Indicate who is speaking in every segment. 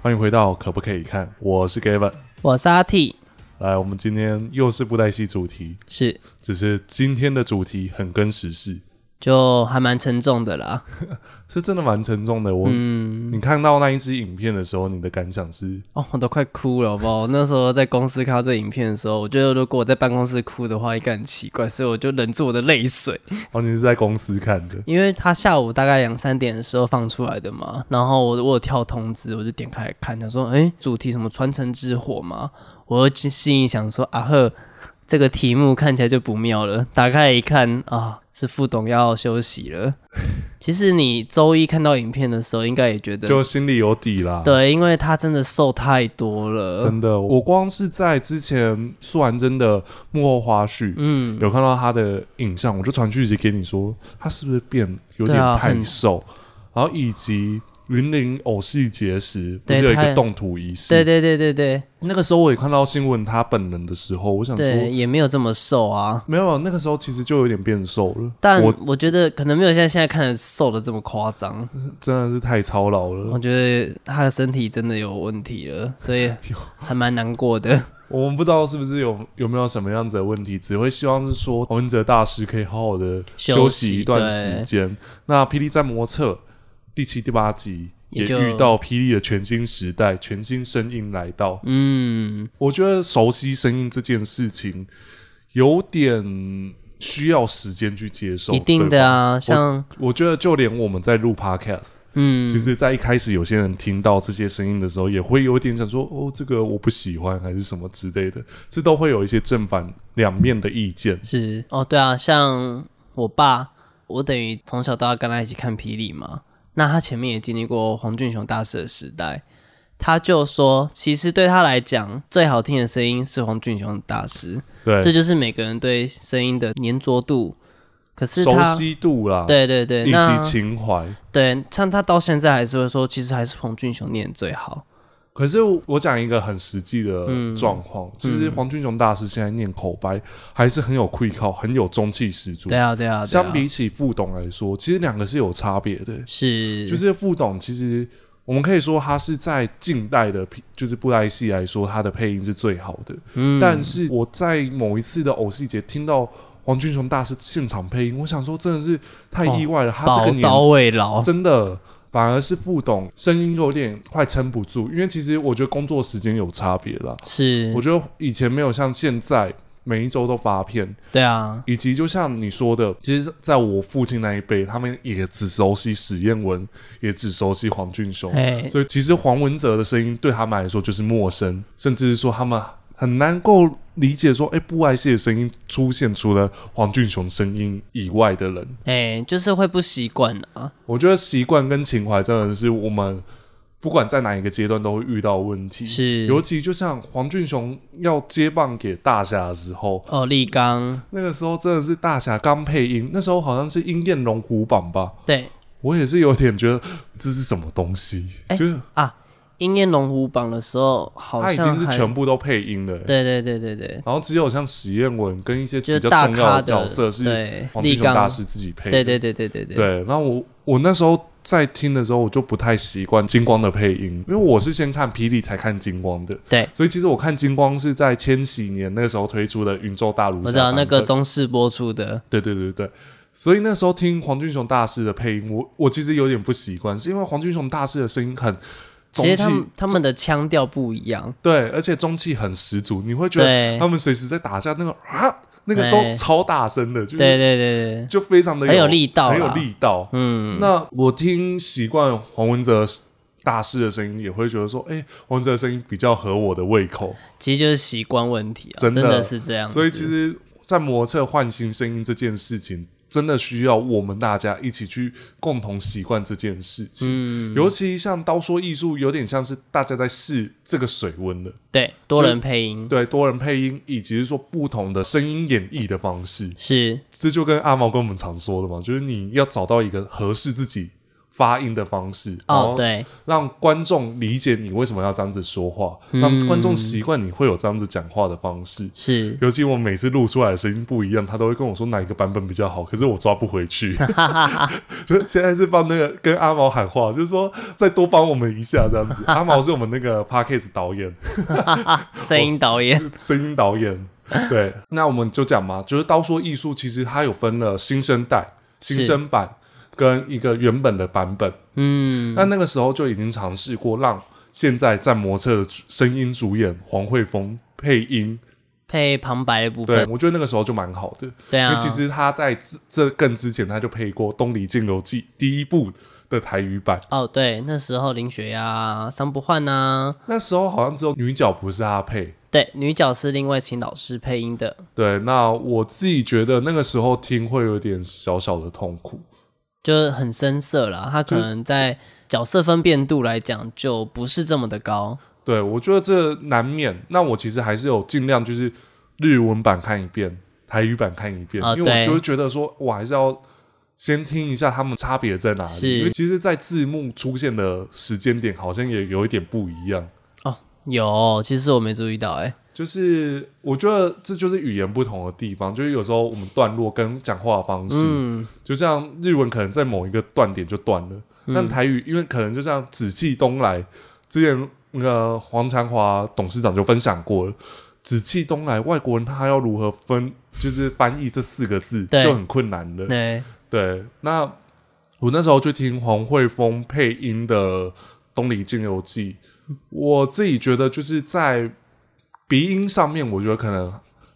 Speaker 1: 欢迎回到可不可以看？我是 Gavin。
Speaker 2: 我是阿 T，
Speaker 1: 来，我们今天又是布袋戏主题，
Speaker 2: 是
Speaker 1: 只是今天的主题很跟时事，
Speaker 2: 就还蛮沉重的啦。
Speaker 1: 是真的蛮沉重的。我、
Speaker 2: 嗯，
Speaker 1: 你看到那一支影片的时候，你的感想是？
Speaker 2: 哦，我都快哭了，好不好？我那时候在公司看到这影片的时候，我觉得如果我在办公室哭的话，应该很奇怪，所以我就忍住我的泪水，
Speaker 1: 哦，你是在公司看的，
Speaker 2: 因为他下午大概两三点的时候放出来的嘛。然后我我有跳通知，我就点开来看，他说：“诶，主题什么传承之火嘛？”我就心里想说：“啊呵，这个题目看起来就不妙了。”打开来一看啊，是副董要休息了。其实你周一看到影片的时候，应该也觉得
Speaker 1: 就心里有底啦。，
Speaker 2: 对，因为他真的瘦太多了。
Speaker 1: 啊真的，我光是在之前素完真的幕后花絮，
Speaker 2: 嗯，
Speaker 1: 有看到他的影像，我就传讯息给你说，他是不是变有
Speaker 2: 对啊
Speaker 1: 点太
Speaker 2: 很
Speaker 1: 瘦，然后以及云林偶戏节时不
Speaker 2: 对
Speaker 1: 是有一
Speaker 2: 他
Speaker 1: 个动土仪式？
Speaker 2: 对对对对对
Speaker 1: 那个时候我也看到新闻他本人的时候，我想
Speaker 2: 对，
Speaker 1: 说。
Speaker 2: 也没有这么瘦啊。
Speaker 1: 没有，那个时候其实就有点变瘦了，
Speaker 2: 但
Speaker 1: 我
Speaker 2: 我觉得可能没有像现在看的瘦的这么夸张。
Speaker 1: 真的是太操劳了
Speaker 2: 我。觉得他的身体真的有问题了，所 以还蛮难过的。
Speaker 1: 我们不知道是不是有有没有什么样子的问题，只会希望是说哦文哲大师可以好好的
Speaker 2: 休
Speaker 1: 休
Speaker 2: 息
Speaker 1: 息一段
Speaker 2: 对
Speaker 1: 时间。那《霹雳战魔策》第七、第八集
Speaker 2: 也
Speaker 1: 也
Speaker 2: 就
Speaker 1: 遇到霹雳的全新时代、全新声音来到，
Speaker 2: 嗯，
Speaker 1: 我觉得熟悉声音这件事情有点需要时间去接受，
Speaker 2: 一定
Speaker 1: 对吧
Speaker 2: 的啊，像
Speaker 1: 我觉得就连我们在录 podcast，、
Speaker 2: 嗯，
Speaker 1: 其实，在一开始有些人听到这些声音的时候，也会有点想说：“哦，这个我不喜欢，还是什么之类的。”这都会有一些正反两面的意见。
Speaker 2: 是哦，对啊，像我爸，我等于从小到大跟他一起看霹雳嘛。那他前面也经历过黄俊雄大师的时代，他就说，其实对他来讲，最好听的声音是黄俊雄大师，
Speaker 1: 对，
Speaker 2: 这就是每个人对声音的粘着度。可是
Speaker 1: 熟
Speaker 2: 他，
Speaker 1: 悉啊度啦，，
Speaker 2: 对对对，
Speaker 1: 以
Speaker 2: 那
Speaker 1: 及情怀。
Speaker 2: 对，像他到现在还是会说，其实还是黄俊雄念最好。
Speaker 1: 嗯可是我讲一个很实际的
Speaker 2: 嗯
Speaker 1: 状况，其实黄俊雄大师现在念口白还是很有愧靠，很有中气十足。
Speaker 2: 对啊，对啊，对啊
Speaker 1: 相比起副董来说，其实两个是有差别的。
Speaker 2: 是
Speaker 1: 就是副董，其实我们可以说他是在近代的皮，就是布袋戏来说，他的配音是最好的。
Speaker 2: 嗯
Speaker 1: 但是我在某一次的偶戏节听到黄俊雄大师现场配音，我想说真的是太意外了，他这
Speaker 2: 哦宝
Speaker 1: 个年
Speaker 2: 刀
Speaker 1: 纪
Speaker 2: 未老，
Speaker 1: 真的。反而是副董声音有点快撑不住，因为其实我觉得工作时间有差别啦。
Speaker 2: 是
Speaker 1: 我，觉得以前没有像现在每一周都发片，
Speaker 2: 对啊，
Speaker 1: 以及就像你说的，其实在我父亲那一辈，他们也只熟悉史艳文，也只熟悉黄俊雄，
Speaker 2: 哎，
Speaker 1: 所以其实黄文泽的声音对他们来说就是陌生，甚至是说他们很难够理解说，哎、布爱谢的声音出现除了黄俊雄声音以外的人，
Speaker 2: 哎、就是会不习惯啊。
Speaker 1: 我觉得习惯跟情怀真的是我们。不管在哪一个阶段都会遇到的问题，
Speaker 2: 是
Speaker 1: 尤其就像黄俊雄要接棒给大侠的时候，
Speaker 2: 哦，立刚，
Speaker 1: 那个时候真的是大侠刚配音，那时候好像是鹰燕龙虎榜吧，
Speaker 2: 对
Speaker 1: 我也是有点觉得这是什么东西，
Speaker 2: 哎
Speaker 1: 就是
Speaker 2: 啊，鹰眼龙虎榜的时候好
Speaker 1: 他已
Speaker 2: 像
Speaker 1: 经是
Speaker 2: 还
Speaker 1: 全部都配音了、
Speaker 2: 对对对对对，
Speaker 1: 然后只有像史艳文跟一些
Speaker 2: 就
Speaker 1: 比
Speaker 2: 是
Speaker 1: 较
Speaker 2: 大
Speaker 1: 重要
Speaker 2: 咖
Speaker 1: 的角色是
Speaker 2: 对
Speaker 1: 黄俊
Speaker 2: 立
Speaker 1: 雄
Speaker 2: 刚
Speaker 1: 大，师自己配的，
Speaker 2: 对对对对对对，
Speaker 1: 对。然后我我那时候在听的时候，我就不太习惯金光的配音，因为我是先看霹雳才看金光的，
Speaker 2: 对
Speaker 1: 所以其实我看金光是在千禧年那个时候推出的《云州大儒侠》
Speaker 2: 我知道那
Speaker 1: 版
Speaker 2: 个
Speaker 1: 本
Speaker 2: 中视播出的，
Speaker 1: 对对对对，所以那时候听黄俊雄大师的配音，我我其实有点不习惯，是因为黄俊雄大师的声音很中
Speaker 2: 其实他
Speaker 1: 气
Speaker 2: 们，他们的腔调不一样，
Speaker 1: 对，而且中气很十足，你会觉得
Speaker 2: 对
Speaker 1: 他们随时在打架，那个啊，那个都
Speaker 2: 对
Speaker 1: 超大声的，就
Speaker 2: 对
Speaker 1: 是
Speaker 2: 对对对，
Speaker 1: 就非常的
Speaker 2: 很有力道啦
Speaker 1: 很有力道。
Speaker 2: 嗯，
Speaker 1: 那我听习惯黄文哲大师的声音，也会觉得说，哎、黄文哲的声音比较合我的胃口，
Speaker 2: 其实就是习惯问题啊，
Speaker 1: 真
Speaker 2: 真
Speaker 1: 的
Speaker 2: 是这样子，
Speaker 1: 所以其实，在磨测换新声音这件事情，真的需要我们大家一起去共同习惯这件事情。
Speaker 2: 嗯，
Speaker 1: 尤其像刀说艺术，有点像是大家在试这个水温了。
Speaker 2: 对多人配音
Speaker 1: 对，多人配音，以及是说不同的声音演绎的方式，
Speaker 2: 是
Speaker 1: 这就跟阿毛跟我们常说的嘛，就是你要找到一个合适自己发音的方式，然
Speaker 2: 哦
Speaker 1: 后，
Speaker 2: 对，
Speaker 1: 让观众理解你为什么要这样子说话，
Speaker 2: 嗯
Speaker 1: 让观众习惯你会有这样子讲话的方式。
Speaker 2: 是，
Speaker 1: 尤其我每次录出来的声音不一样，他都会跟我说哪一个版本比较好，可是我抓不回去。 就现在是帮那个跟阿毛喊话，就是说再多帮我们一下这样子。阿毛是我们那个 podcast 导演，
Speaker 2: 声音导演，
Speaker 1: 声音导演。对，那我们就讲嘛，就是刀说艺术其实它有分了新生代、新生版跟一个原本的版本。
Speaker 2: 嗯，
Speaker 1: 那那个时候就已经尝试过让现在在模特的声音主演黄慧峰配音，
Speaker 2: 配旁白的部
Speaker 1: 对
Speaker 2: 分，
Speaker 1: 我觉得那个时候就蛮好的。
Speaker 2: 对
Speaker 1: 因为
Speaker 2: 啊，
Speaker 1: 其实他在之这更之前，他就配过《东篱镜游记》第一部的台语版。
Speaker 2: 哦，对，那时候林雪呀、桑不换呐、
Speaker 1: 那时候好像只有女角不是他配。
Speaker 2: 对，女角是另外请老师配音的，
Speaker 1: 对，那我自己觉得那个时候听会有点小小的痛苦。
Speaker 2: 就是很生涩啦。她
Speaker 1: 嗯
Speaker 2: 可能在角色分辨度来讲就不是这么的高，
Speaker 1: 对，我觉得这难免。那我其实还是有尽量就是日文版看一遍，台语版看一遍，
Speaker 2: 啊
Speaker 1: 因为我
Speaker 2: 对
Speaker 1: 就会觉得说，我还是要先听一下他们差别在哪
Speaker 2: 是
Speaker 1: 里。因为其实，在字幕出现的时间点好像也有一点不一样。
Speaker 2: 哦，有，其实我没注意到、欸，哎，
Speaker 1: 就是我觉得这就是语言不同的地方，就是有时候我们段落跟讲话的方式，
Speaker 2: 嗯，
Speaker 1: 就像日文可能在某一个断点就断了，
Speaker 2: 嗯
Speaker 1: 但台语因为可能就像紫气东来，之前那个黄长华董事长就分享过了，紫气东来外国人他要如何分，就是翻译这四个字
Speaker 2: 对
Speaker 1: 就很困难了。
Speaker 2: 对，
Speaker 1: 对，那我那时候去听黄慧峰配音的《东篱镜游记》，我自己觉得就是在鼻音上面，我觉得可能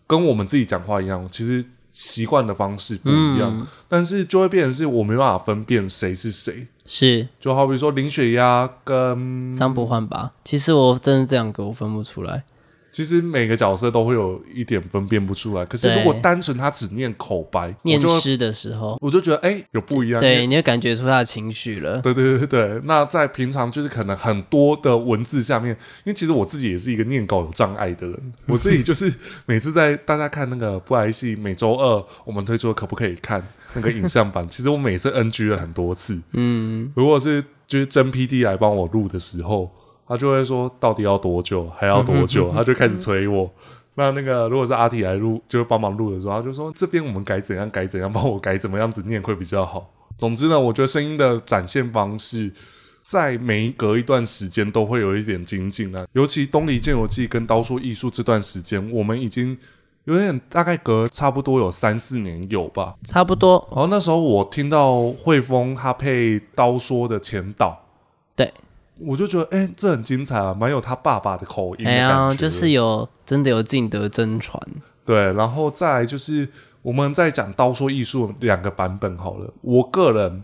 Speaker 1: 跟我们自己讲话一样，其实习惯的方式不一样，
Speaker 2: 嗯
Speaker 1: 但是就会变成是我没办法分辨谁是谁。
Speaker 2: 是
Speaker 1: 就好比说林雪鸭跟，
Speaker 2: 桑不换吧。其实我真的这两个我分不出来，
Speaker 1: 其实每个角色都会有一点分辨不出来。可是
Speaker 2: 对
Speaker 1: 如果单纯他只念口白，我
Speaker 2: 念
Speaker 1: 就会
Speaker 2: 诗的时候，
Speaker 1: 我就觉得哎、有不一样。因为
Speaker 2: 对，你就感觉出他的情绪了，
Speaker 1: 对对对对，那在平常就是可能很多的文字下面，因为其实我自己也是一个念稿有障碍的人，我自己就是每次在大家看那个不来戏，每周二我们推出的可不可以看那个影像版，其实我每次 NG 了很多次。
Speaker 2: 嗯，
Speaker 1: 如果是就是真 PD 来帮我录的时候，他就会说到底要多久，还要多久，他就开始催我。那那个如果是阿体来录，就是帮忙录的时候，他就说这边我们改怎样改怎样，帮我改怎么样子念会比较好。总之呢，我觉得声音的展现方式。在每隔一段时间都会有一点精进啊，尤其《东篱剑游记》跟《刀术艺术》这段时间，我们已经有点大概隔差不多有三四年有吧，
Speaker 2: 差不多，
Speaker 1: 然后那时候我听到汇丰他配刀说的前导，
Speaker 2: 对，
Speaker 1: 我就觉得哎、诶这很精彩啊，蛮有他爸爸的口音的
Speaker 2: 哎
Speaker 1: 感觉。
Speaker 2: 呀，就是有真的有进得真传，
Speaker 1: 对，然后再来就是我们在讲刀说艺术两个版本好了。我个人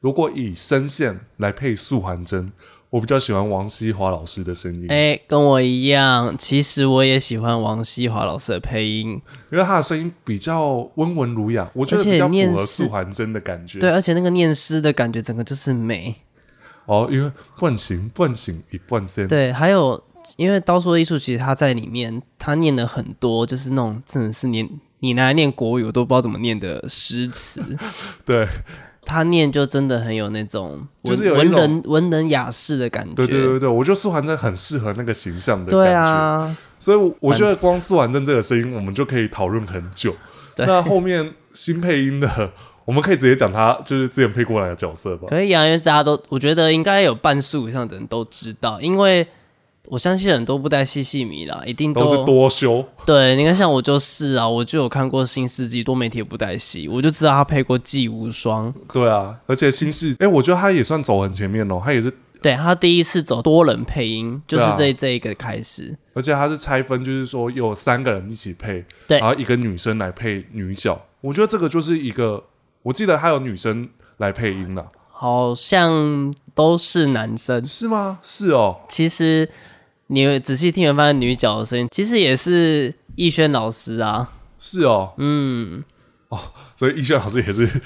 Speaker 1: 如果以声线来配素还真，我比较喜欢王西华老师的声音，
Speaker 2: 哎、跟我一样，其实我也喜欢王西华老师的配音，
Speaker 1: 因为他的声音比较温文儒雅，我觉得
Speaker 2: 而且
Speaker 1: 比较符
Speaker 2: 念
Speaker 1: 合
Speaker 2: 是
Speaker 1: 素还真的感觉。
Speaker 2: 对，而且那个念诗的感觉，整个就是美。
Speaker 1: 哦，因为半醒半醒一半仙，
Speaker 2: 对，还有因为刀说艺术，其实他在里面他念了很多，就是那种真的是念你拿来念国语，我都不知道怎么念的诗词。
Speaker 1: 对
Speaker 2: 他念就真的很有那种
Speaker 1: 就
Speaker 2: 文
Speaker 1: 是有一
Speaker 2: 文
Speaker 1: 种
Speaker 2: 人文人雅士的感觉。
Speaker 1: 对对对对，我觉得素还真很适合那个形象的感觉。
Speaker 2: 对啊，
Speaker 1: 所以我我觉得光素还真这个声音，我们就可以讨论很久。
Speaker 2: 对
Speaker 1: 那后面新配音的，我们可以直接讲他就是之前配过来的角色吧。
Speaker 2: 可以啊，因为大家都我觉得应该有半数以上的人都知道，因为我相信很多布袋戏戏迷啦，一定
Speaker 1: 都是多修，
Speaker 2: 对，你看，像我就是啊，我就有看过《新世纪多媒体的布袋戏》，我就知道他配过《季无双》，
Speaker 1: 对啊，而且新世，哎、我觉得他也算走很前面哦，他也是，
Speaker 2: 对他第一次走多人配音，就是这、
Speaker 1: 对啊
Speaker 2: 这一个开始，
Speaker 1: 而且他是拆分，就是说有三个人一起配，
Speaker 2: 对
Speaker 1: 然后一个女生来配女角，我觉得这个就是一个，我记得还有女生来配音啦，
Speaker 2: 好像都是男生。
Speaker 1: 是吗？是哦，
Speaker 2: 其实你仔细听，会发现女角的声音其实也是逸轩老师啊，
Speaker 1: 是哦，
Speaker 2: 嗯，
Speaker 1: 所以逸轩老师也是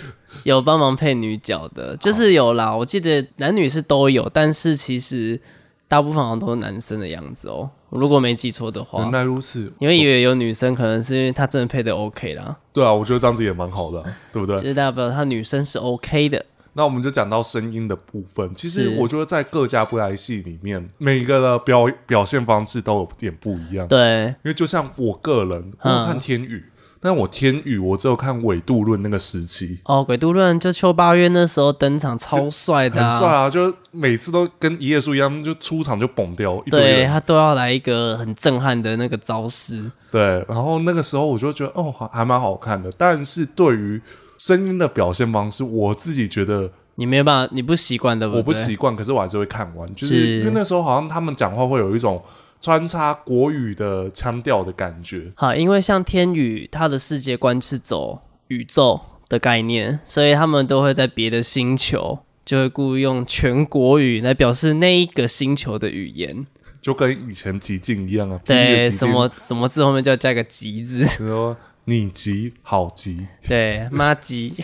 Speaker 2: 有帮忙配女角的，就是有啦。我记得男女是都有，但是其实大部分好像都是男生的样子哦，如果没记错的话
Speaker 1: 原。来如此，
Speaker 2: 你会以为有女生，可能是因为她真的配的 OK 啦，
Speaker 1: 对啊，我觉得这样子也蛮好的啊、对不对？
Speaker 2: 就是大家不知道她女生是 OK 的，
Speaker 1: 那我们就讲到声音的部分。其实
Speaker 2: 是
Speaker 1: 我觉得在各家布袋戏里面，每个的表表现方式都有点不一样。
Speaker 2: 对，嗯
Speaker 1: 因为就像我个人，我有看天宇，但我天宇我只有看纬度论那个时期，
Speaker 2: 哦，鬼都论就秋八月那时候登场超帅的、
Speaker 1: 很
Speaker 2: 啊，
Speaker 1: 帅啊，就是每次都跟一页书一样，就出场就崩掉一堆
Speaker 2: 对
Speaker 1: 人。
Speaker 2: 他都要来一个很震撼的那个招式，
Speaker 1: 对，然后那个时候我就觉得哦，还还蛮好看的。但是对于声音的表现方式，我自己觉得
Speaker 2: 你没有办法，你不习惯哦对不对？
Speaker 1: 我不习惯，可是我还是会看完，就是是因为那时候好像他们讲话会有一种穿插国语的腔调的感觉。
Speaker 2: 好，因为像天宇，他的世界观是走宇宙的概念，所以他们都会在别的星球。就会故意用全国语来表示那一个星球的语言，
Speaker 1: 就跟以前极境一样啊，毕业
Speaker 2: 对，
Speaker 1: 极
Speaker 2: 什
Speaker 1: 境
Speaker 2: 么什么字后面就要加个“吉”字，
Speaker 1: 你说你急好急，
Speaker 2: 对，妈吉，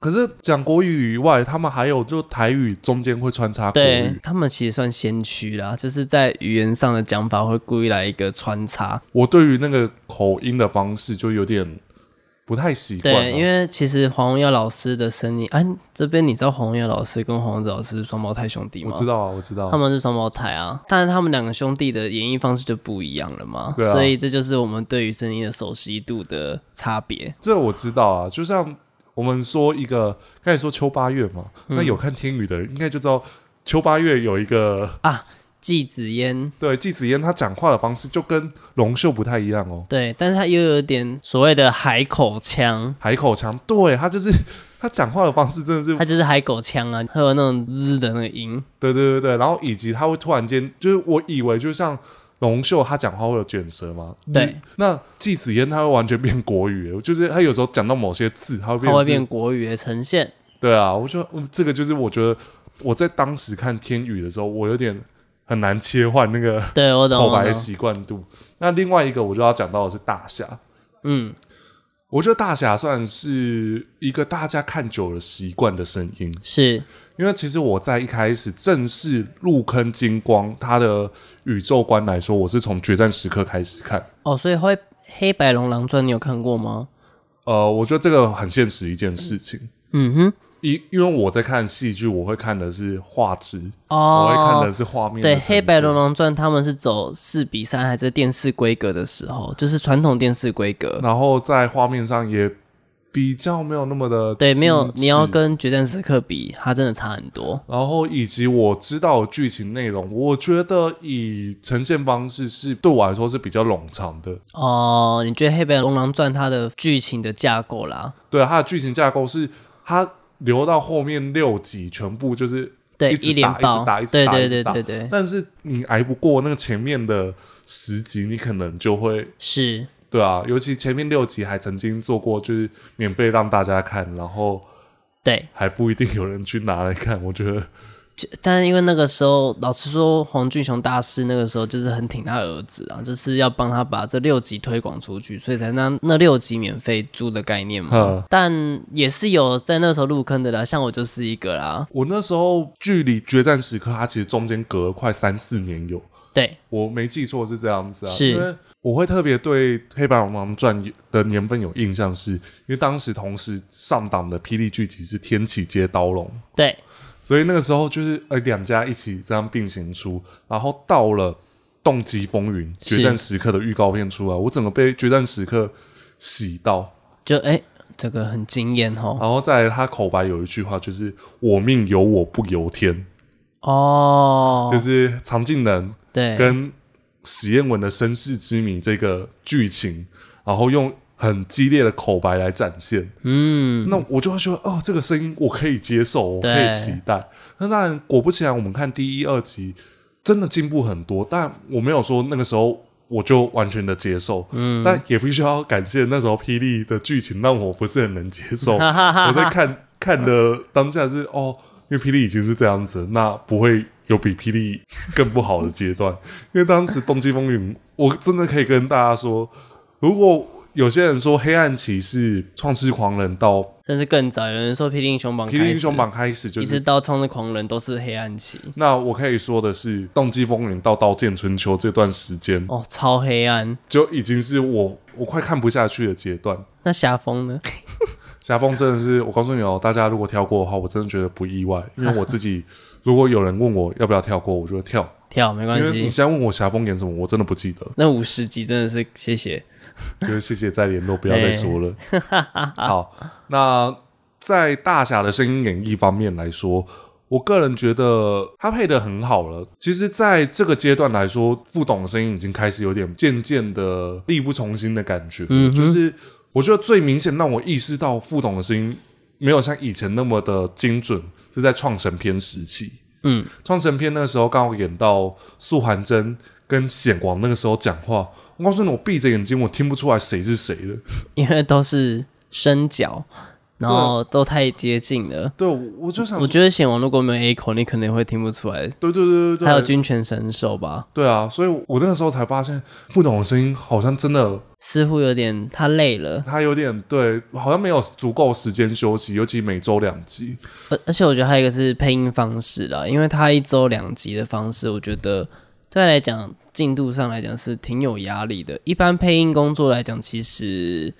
Speaker 1: 可是讲国语以外，他们还有就台语中间会穿插国
Speaker 2: 对
Speaker 1: 语。
Speaker 2: 他们其实算先驱啦，就是在语言上的讲法会故意来一个穿插。
Speaker 1: 我对于那个口音的方式就有点不太习惯啊、
Speaker 2: 对，因为其实黄文耀老师的声音，哎、这边你知道黄文耀老师跟黄文子老师是双胞胎兄弟
Speaker 1: 我
Speaker 2: 吗？
Speaker 1: 知道啊，我知道啊
Speaker 2: 他们是双胞胎啊，但是他们两个兄弟的演绎方式就不一样了嘛，
Speaker 1: 对啊
Speaker 2: 所以这就是我们对于声音的熟悉度的差别。
Speaker 1: 这我知道啊，就像我们说一个，刚才说秋八月嘛，那有看天宇的人应该就知道，秋八月有一个
Speaker 2: 季子嫣，
Speaker 1: 对季子嫣，她讲话的方式就跟龙秀不太一样哦，
Speaker 2: 对，但是他又有点所谓的海口腔，
Speaker 1: 海口腔，对她就是她讲话的方式真的是，
Speaker 2: 他就是海口腔啊，会有那种滋的那个音，
Speaker 1: 对对对对，然后以及她会突然间，就是我以为就像。龙秀她讲话会有卷舌嘛？
Speaker 2: 对。
Speaker 1: 那季子嫣她会完全变国语，就是她有时候讲到某些字，她会变
Speaker 2: 它会
Speaker 1: 成
Speaker 2: 变国语的呈现。
Speaker 1: 对啊，我说嗯这个就是我觉得我在当时看天宇的时候，我有点很难切换那个
Speaker 2: 对，我懂。
Speaker 1: 口
Speaker 2: 我
Speaker 1: 白
Speaker 2: 懂
Speaker 1: 习惯度。那另外一个我就要讲到的是大侠，
Speaker 2: 嗯，
Speaker 1: 我觉得大侠算是一个大家看久了习惯的声音，
Speaker 2: 是
Speaker 1: 因为其实我在一开始正式入坑金光他的宇宙观来说，我是从决战时刻开始看。
Speaker 2: 哦，所以会《黑白龙狼传》，你有看过吗？
Speaker 1: 呃，我觉得这个很现实一件事情，
Speaker 2: 嗯哼，
Speaker 1: 因因为我在看戏剧，我会看的是画质，
Speaker 2: 哦，
Speaker 1: 我会看的是画面的
Speaker 2: 对
Speaker 1: 呈
Speaker 2: 《
Speaker 1: 现。
Speaker 2: 黑白龙狼传》，他们是走四比三还是电视规格的时候，就是传统电视规格。
Speaker 1: 然后在画面上也比较没有那么的
Speaker 2: 对，没有
Speaker 1: 精，致
Speaker 2: 你要，跟《决战时刻》比，它真的差很多。
Speaker 1: 然后以及我知道的剧情内容，我觉得以呈现方式是对我来说是比较冗长的。
Speaker 2: 哦，你觉得《黑白龙狼传》它的剧情的架构啦？
Speaker 1: 对，啊它的剧情架构是它留到后面六集全部就是，
Speaker 2: 对，
Speaker 1: 一直打
Speaker 2: 连
Speaker 1: 一
Speaker 2: 爆
Speaker 1: 直打一，直
Speaker 2: 对
Speaker 1: 打
Speaker 2: 对
Speaker 1: 一直
Speaker 2: 对
Speaker 1: 打
Speaker 2: 对对，
Speaker 1: 但是你挨不过那个前面的十集，你可能就会。
Speaker 2: 是。
Speaker 1: 对啊，尤其前面六集还曾经做过，就是免费让大家看，然后
Speaker 2: 对，
Speaker 1: 还不一定有人去拿来看。我觉得
Speaker 2: 就但是因为那个时候，老实说，黄俊雄大师那个时候就是很挺他儿子啊，就是要帮他把这六集推广出去，所以才让那六集免费租的概念嘛
Speaker 1: 嗯。
Speaker 2: 但也是有在那时候入坑的啦，像我就是一个啦。
Speaker 1: 我那时候距离《决战时刻》它其实中间隔了快三四年有，
Speaker 2: 对，
Speaker 1: 我没记错是这样子啊。
Speaker 2: 是
Speaker 1: 因为我会特别对《黑白龙王传》的年份有印象是，因为当时同时上档的《霹雳剧集》是《天启接刀龙》，
Speaker 2: 对，
Speaker 1: 所以那个时候就是呃两家一起这样并行出，然后到了《动机风云》《
Speaker 2: 是
Speaker 1: 决战时刻》的预告片出来，我整个被《决战时刻》洗到。
Speaker 2: 就哎、这个很惊艳哦。
Speaker 1: 然后再来他口白有一句话就是“我命由我不由天”，
Speaker 2: 哦，
Speaker 1: 就是常进人
Speaker 2: 对，
Speaker 1: 跟史艳文的身世之谜这个剧情，然后用很激烈的口白来展现，
Speaker 2: 嗯，
Speaker 1: 那我就会觉得哦，这个声音我可以接受，我可
Speaker 2: 对
Speaker 1: 以期待。那当然，果不其然，我们看第一、二集真的进步很多，但我没有说那个时候。我就完全的接受，嗯，但也必须要感谢那时候霹雳的剧情让我不是很能接 受。
Speaker 2: 哈哈哈
Speaker 1: 我在
Speaker 2: 哈。
Speaker 1: 看看的当下是哦，因为霹雳已经是这样子，那不会有比霹雳更不好的阶段。因为当时《动击风云》，我真的可以跟大家说，如果有些人说《黑暗骑士》《创世狂人》到《
Speaker 2: 甚至更早，有人说《霹雳英雄榜》
Speaker 1: 霹
Speaker 2: 开
Speaker 1: 雳
Speaker 2: 始，
Speaker 1: 英雄榜》开始，就
Speaker 2: 一直
Speaker 1: 是
Speaker 2: 到《冲的狂人》都是黑暗期，
Speaker 1: 那我可以说的是，《动击风云》到《刀剑春秋》这段时间，
Speaker 2: 哦，超黑暗。
Speaker 1: 就已经是我我快看不下去的阶段。
Speaker 2: 那霞风呢？
Speaker 1: 家风真的是，我告诉你哦，大家如果跳过的话，我真的觉得不意外，因为我自 己如果有人问我要不要跳过，我就会跳。
Speaker 2: 跳没关
Speaker 1: 因为你
Speaker 2: 系。
Speaker 1: 现在问我霞风演什么，我真的不记得。
Speaker 2: 那五十集真的是谢谢，
Speaker 1: 就是谢谢再联络，不要
Speaker 2: 哎
Speaker 1: 再说了。好，那在大侠的声音演绎方面来说，我个人觉得他配的很好了。其实，在这个阶段来说，副董的声音已经开始有点渐渐的力不从心的感觉。
Speaker 2: 嗯哼
Speaker 1: 就是我觉得最明显让我意识到副董的声音没有像以前那么的精准，是在创神篇时期。
Speaker 2: 嗯，
Speaker 1: 创神篇那个时候刚好演到素还真跟显王那个时候讲话，我告诉你，我闭着眼睛我听不出来谁是谁的。
Speaker 2: 因为都是深角，然后都太接近了。
Speaker 1: 对，我我就想
Speaker 2: 我
Speaker 1: 说，
Speaker 2: 觉得显王如果没有 A 口，你可能会听不出来。
Speaker 1: 对对对对
Speaker 2: 还有
Speaker 1: 对，
Speaker 2: 军权神手吧，
Speaker 1: 对啊，所以我那个时候才发现副董的声音好像真的
Speaker 2: 似乎有点他累了，
Speaker 1: 他有点对，好像没有足够时间休息，尤其每周两集。
Speaker 2: 而而且我觉得还有一个是配音方式啦，因为他一周两集的方式，我觉得对他来讲进度上来讲是挺有压力的。一般配音工作来讲，其实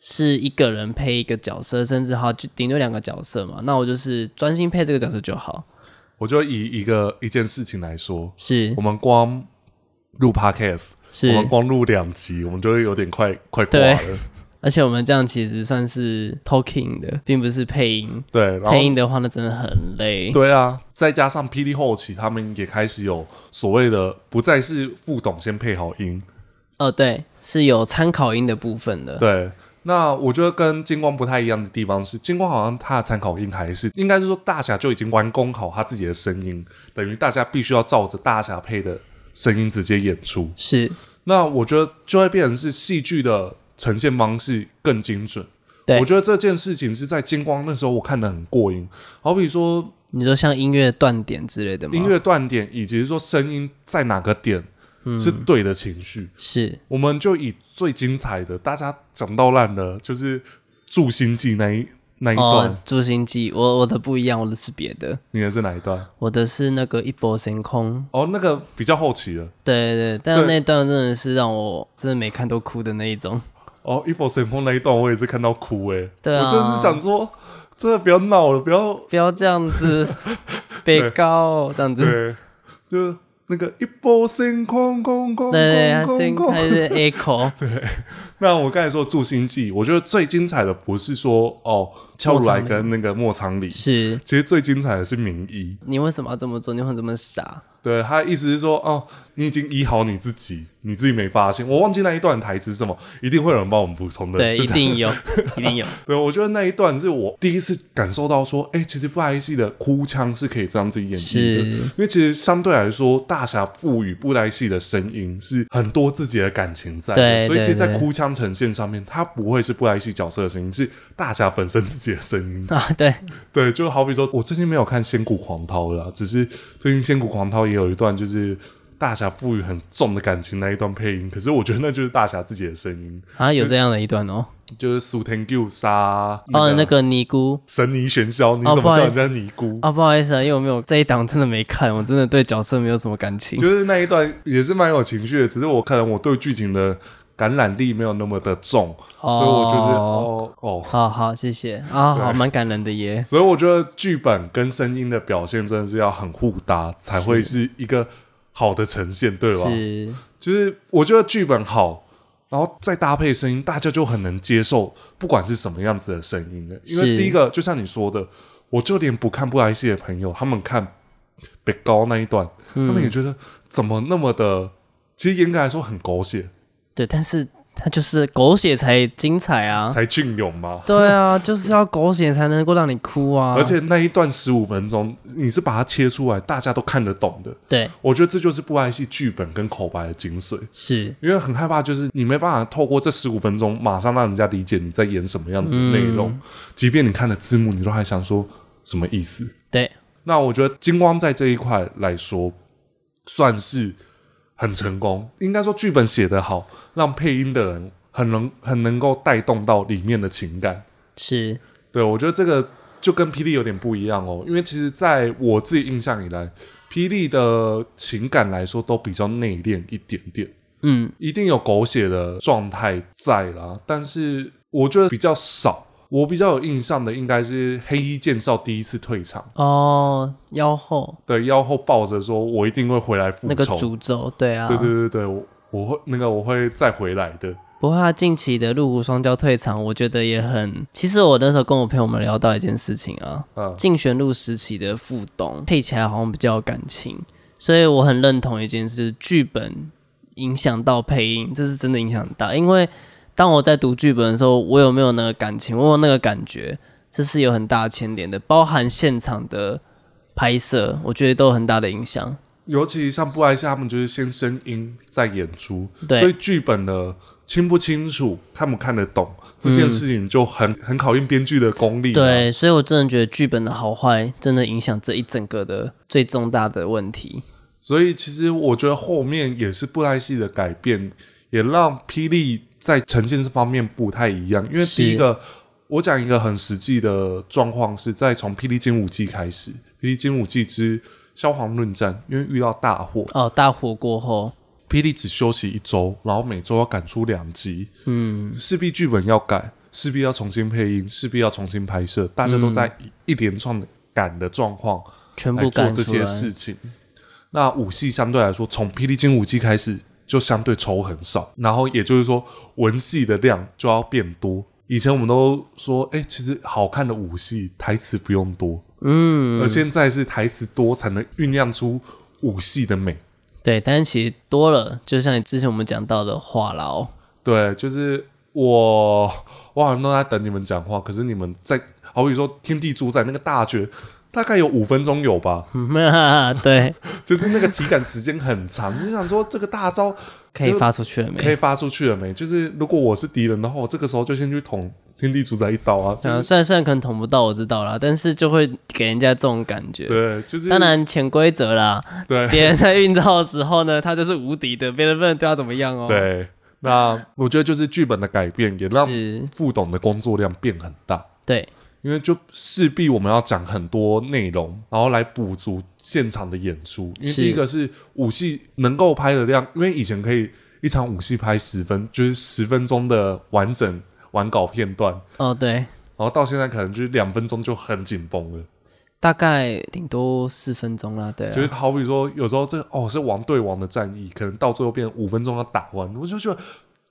Speaker 2: 是一个人配一个角色，甚至好就顶多两个角色嘛。那我就是专心配这个角色就好。
Speaker 1: 我就以一个一件事情来说，
Speaker 2: 是
Speaker 1: 我们光录 podcast，我
Speaker 2: 嗯是
Speaker 1: 们，光录两集，我们就会有点快快挂
Speaker 2: 对
Speaker 1: 了。
Speaker 2: 而且我们这样其实算是 talking 的，并不是配音。
Speaker 1: 对，然后
Speaker 2: 配音的话，那真的很累。
Speaker 1: 对啊，再加上霹雳后期，他们也开始有所谓的不再是副董先配好音。
Speaker 2: 哦，对，是有参考音的部分的。
Speaker 1: 对，那我觉得跟金光不太一样的地方是，金光好像他的参考音还是应该是说大侠就已经完工好他自己的声音，等于大家必须要照着大侠配的声音直接演出。
Speaker 2: 是，
Speaker 1: 那我觉得就会变成是戏剧的呈现方式更精准。
Speaker 2: 对
Speaker 1: 我觉得这件事情是在金光那时候我看得很过瘾，好比说
Speaker 2: 你说像音乐断点之类的吗？
Speaker 1: 音乐断点，以及是说声音在哪个点
Speaker 2: 嗯
Speaker 1: 是对的情绪，
Speaker 2: 是
Speaker 1: 我们就以最精彩的，大家讲到烂的，就是《祝星记》那一那一段，
Speaker 2: 哦，助心记，我我的不一样，我的是别的，
Speaker 1: 你的是哪一段？
Speaker 2: 我的是那个一波神空，
Speaker 1: 哦，那个比较后期了。
Speaker 2: 对对对，但
Speaker 1: 对
Speaker 2: 那段真的是让我真的每看都哭的那 一种。
Speaker 1: 哦，《一佛神风》那一段我也是看到哭诶、
Speaker 2: 对啊
Speaker 1: 我真的是想说，真的不要闹了，不 要
Speaker 2: 不要这样子，被告这样子，
Speaker 1: 对，就是那个一波星空空空空
Speaker 2: 对对，他
Speaker 1: 空
Speaker 2: 先
Speaker 1: 空
Speaker 2: 开。始 echo，
Speaker 1: 那我刚才说《祝星记》，我觉得最精彩的不是说哦，敲如来跟那个莫仓里，
Speaker 2: 是
Speaker 1: 其实最精彩的是名医，
Speaker 2: 你为什么要这么做？你为什么这么傻？
Speaker 1: 对他的意思是说，哦，你已经医好你自己，你自己没发现。我忘记那一段台词是什么，一定会有人帮我们补充的。
Speaker 2: 对，
Speaker 1: 就
Speaker 2: 一
Speaker 1: 是
Speaker 2: 定有，一定有，
Speaker 1: 对，我觉得那一段是我第一次感受到说，哎，其实不莱戏的哭腔是可以这样自己演绎的，
Speaker 2: 是
Speaker 1: 因为其实相对来说，大侠赋予布莱戏的声音是很多自己的感情在的，
Speaker 2: 对
Speaker 1: 所以其实，
Speaker 2: 对
Speaker 1: 在
Speaker 2: 对
Speaker 1: 哭腔呈现上面，它不会是布莱戏角色的声音，是大侠本身自己的声音。
Speaker 2: 啊，对，
Speaker 1: 对，就好比说，我最近没有看《仙谷狂涛》了啦，只是最近《仙谷狂涛》也有一段就是大侠赋予很重的感情那一段配音，可是我觉得那就是大侠自己的声音，
Speaker 2: 好像有这样的一 段哦。
Speaker 1: 就是苏天救杀
Speaker 2: 哦，那个尼姑，
Speaker 1: 神尼玄霄，你
Speaker 2: 哦
Speaker 1: 怎
Speaker 2: 不
Speaker 1: 么
Speaker 2: 好
Speaker 1: 叫
Speaker 2: 意
Speaker 1: 人
Speaker 2: 思
Speaker 1: 家尼姑？
Speaker 2: 啊，不好意思啊，因为我没有这一档真的没看，我真的对角色没有什么感情。
Speaker 1: 就是那一段也是蛮有情绪的，只是我可能我对剧情的感染力没有那么的重，所以我就是哦哦，
Speaker 2: 好好，谢谢啊，
Speaker 1: 对
Speaker 2: 好，蛮感人的耶。
Speaker 1: 所以我觉得剧本跟声音的表现真的是要很互搭，才会是一个好的呈现，对吧？
Speaker 2: 是，
Speaker 1: 就是我觉得剧本好，然后再搭配声音，大家就很能接受，不管是什么样子的声音了。因为
Speaker 2: 是
Speaker 1: 第一个，就像你说的，我就连不看布莱希的朋友，他们看北高那一段，
Speaker 2: 嗯
Speaker 1: 他们也觉得怎么那么的，其实严格来说很狗血，
Speaker 2: 对，但是他就是狗血才精彩啊。
Speaker 1: 才俊勇嘛。
Speaker 2: 对啊， 就是要狗血才能够让你哭啊。
Speaker 1: 而且那一段十五分钟，你是把它切出来，大家都看得懂的。
Speaker 2: 对，
Speaker 1: 我觉得这就是布莱希剧本跟口白的精髓。
Speaker 2: 是
Speaker 1: 因为很害怕，就是你没办法透过这十五分钟马上让人家理解你在演什么样子的内容，即便你看了字幕，你都还想说什么意思。
Speaker 2: 对，
Speaker 1: 那我觉得金光在这一块来说，算是很成功。应该说剧本写得好，让配音的人很能很能够带动到里面的情感。
Speaker 2: 是
Speaker 1: 对我觉得这个就跟霹雳有点不一样哦，因为其实在我自己印象以来，霹雳的情感来说都比较内敛一点点。
Speaker 2: 嗯，
Speaker 1: 一定有狗血的状态在啦，但是我觉得比较少。我比较有印象的应该是黑衣剑少第一次退场，
Speaker 2: 哦，腰后
Speaker 1: 对，腰后抱着说我一定会回来复
Speaker 2: 那个
Speaker 1: 仇，
Speaker 2: 诅咒，对啊，
Speaker 1: 对对对对，我我会那个我会再回来的，
Speaker 2: 不过他近期的陆湖双骄退场，我觉得也很。其实我那时候跟我朋友们聊到一件事情啊，
Speaker 1: 嗯
Speaker 2: 竞选路时期的副董配起来好像比较有感情，所以我很认同一件事，就是剧本影响到配音，这是真的影响很大。因为当我在读剧本的时候，我有没有那个感情，我有那个感觉，这是有很大的牵连的，包含现场的拍摄，我觉得都有很大的影响。
Speaker 1: 尤其像布莱希他们就是先声音再演出，
Speaker 2: 对
Speaker 1: 所以剧本的清不清楚、看不看得懂这件事情就很、很考验编剧的功力、啊。，
Speaker 2: 嗯对，所以我真的觉得剧本的好坏，真的影响这一整个的最重大的问题。
Speaker 1: 所以其实我觉得后面也是布莱希的改变，也让霹雳在呈现这方面不太一样。因为
Speaker 2: 是
Speaker 1: 第一个，我讲一个很实际的状况是在从霹雳精武纪开始，霹雳精武纪之消防论战，因为遇到大火，
Speaker 2: 哦，大火过后，
Speaker 1: 霹雳只休息一周，然后每周要赶出两集，嗯，势必剧本要改，势必要重新配音，势必要重新拍摄，大家都在一一连串的赶的状况
Speaker 2: 全
Speaker 1: 来
Speaker 2: 部
Speaker 1: 做
Speaker 2: 赶
Speaker 1: 这
Speaker 2: 出
Speaker 1: 些
Speaker 2: 来。
Speaker 1: 事情。那武戏相对来说，从霹雳精武戏开始就相对仇很少，然后也就是说文戏的量就要变多。以前我们都说，哎、其实好看的武戏台词不用多，
Speaker 2: 嗯，
Speaker 1: 而现在是台词多才能酝酿出武戏的美。
Speaker 2: 对，但是其实多了，就像你之前我们讲到的话哦痨，
Speaker 1: 对，就是我，我好像都在等你们讲话，可是你们在，好比说天地主宰那个大决，大概有五分钟有吧，
Speaker 2: 对，
Speaker 1: 就是那个体感时间很长。你想说这个大招
Speaker 2: 可以发出去了
Speaker 1: 可
Speaker 2: 没？
Speaker 1: 以发出去了没？就是如果我是敌人的话，我这个时候就先去捅天地主宰一刀啊。
Speaker 2: 对啊，虽然虽然可能捅不到，我知道啦，但是就会给人家这种感觉。
Speaker 1: 对，就是
Speaker 2: 当然潜规则啦，
Speaker 1: 对
Speaker 2: 别人在运照的时候呢，他就是无敌的，别人不能对他怎么样哦。，
Speaker 1: 对。那我觉得就是剧本的改变，也让
Speaker 2: 是，
Speaker 1: 副董的工作量变很大。
Speaker 2: 对，
Speaker 1: 因为就势必我们要讲很多内容，然后来补足现场的演出。因为
Speaker 2: 是
Speaker 1: 第一个是武戏能够拍的量，因为以前可以一场武戏拍十分，就是十分钟的完整完稿片段，
Speaker 2: 哦对，
Speaker 1: 然后到现在可能就是两分钟就很紧绷了。
Speaker 2: 大概顶多四分钟啦，对啊，
Speaker 1: 就是好比说，有时候这个哦是王对王的战役，可能到最后变五分钟要打完，我就觉得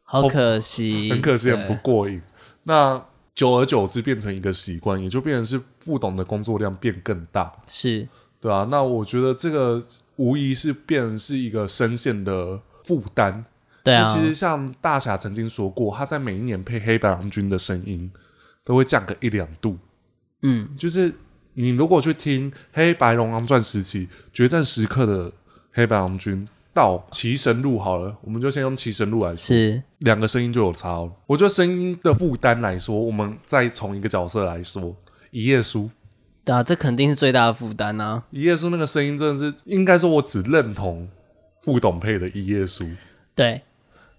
Speaker 2: 好可惜，
Speaker 1: 哦很可惜，
Speaker 2: 对
Speaker 1: 很不过瘾。那久而久之变成一个习惯，也就变成是副董的工作量变更大。
Speaker 2: 是
Speaker 1: 对啊，那我觉得这个无疑是变成是一个深陷的负担。
Speaker 2: 对啊
Speaker 1: 那，其实像大侠曾经说过，他在每一年配黑白郎君的声音都会降个一两度。
Speaker 2: 嗯，
Speaker 1: 就是你如果去听黑白龙王传时期决战时刻的黑白郎君到骑神路好了，我们就先用骑神路来说，
Speaker 2: 是
Speaker 1: 两个声音就有差哦。我觉得声音的负担来说，我们再从一个角色来说，一页书。
Speaker 2: 对啊，这肯定是最大的负担啊。
Speaker 1: 一页书那个声音真的是，应该说我只认同副董配的一页书。
Speaker 2: 对，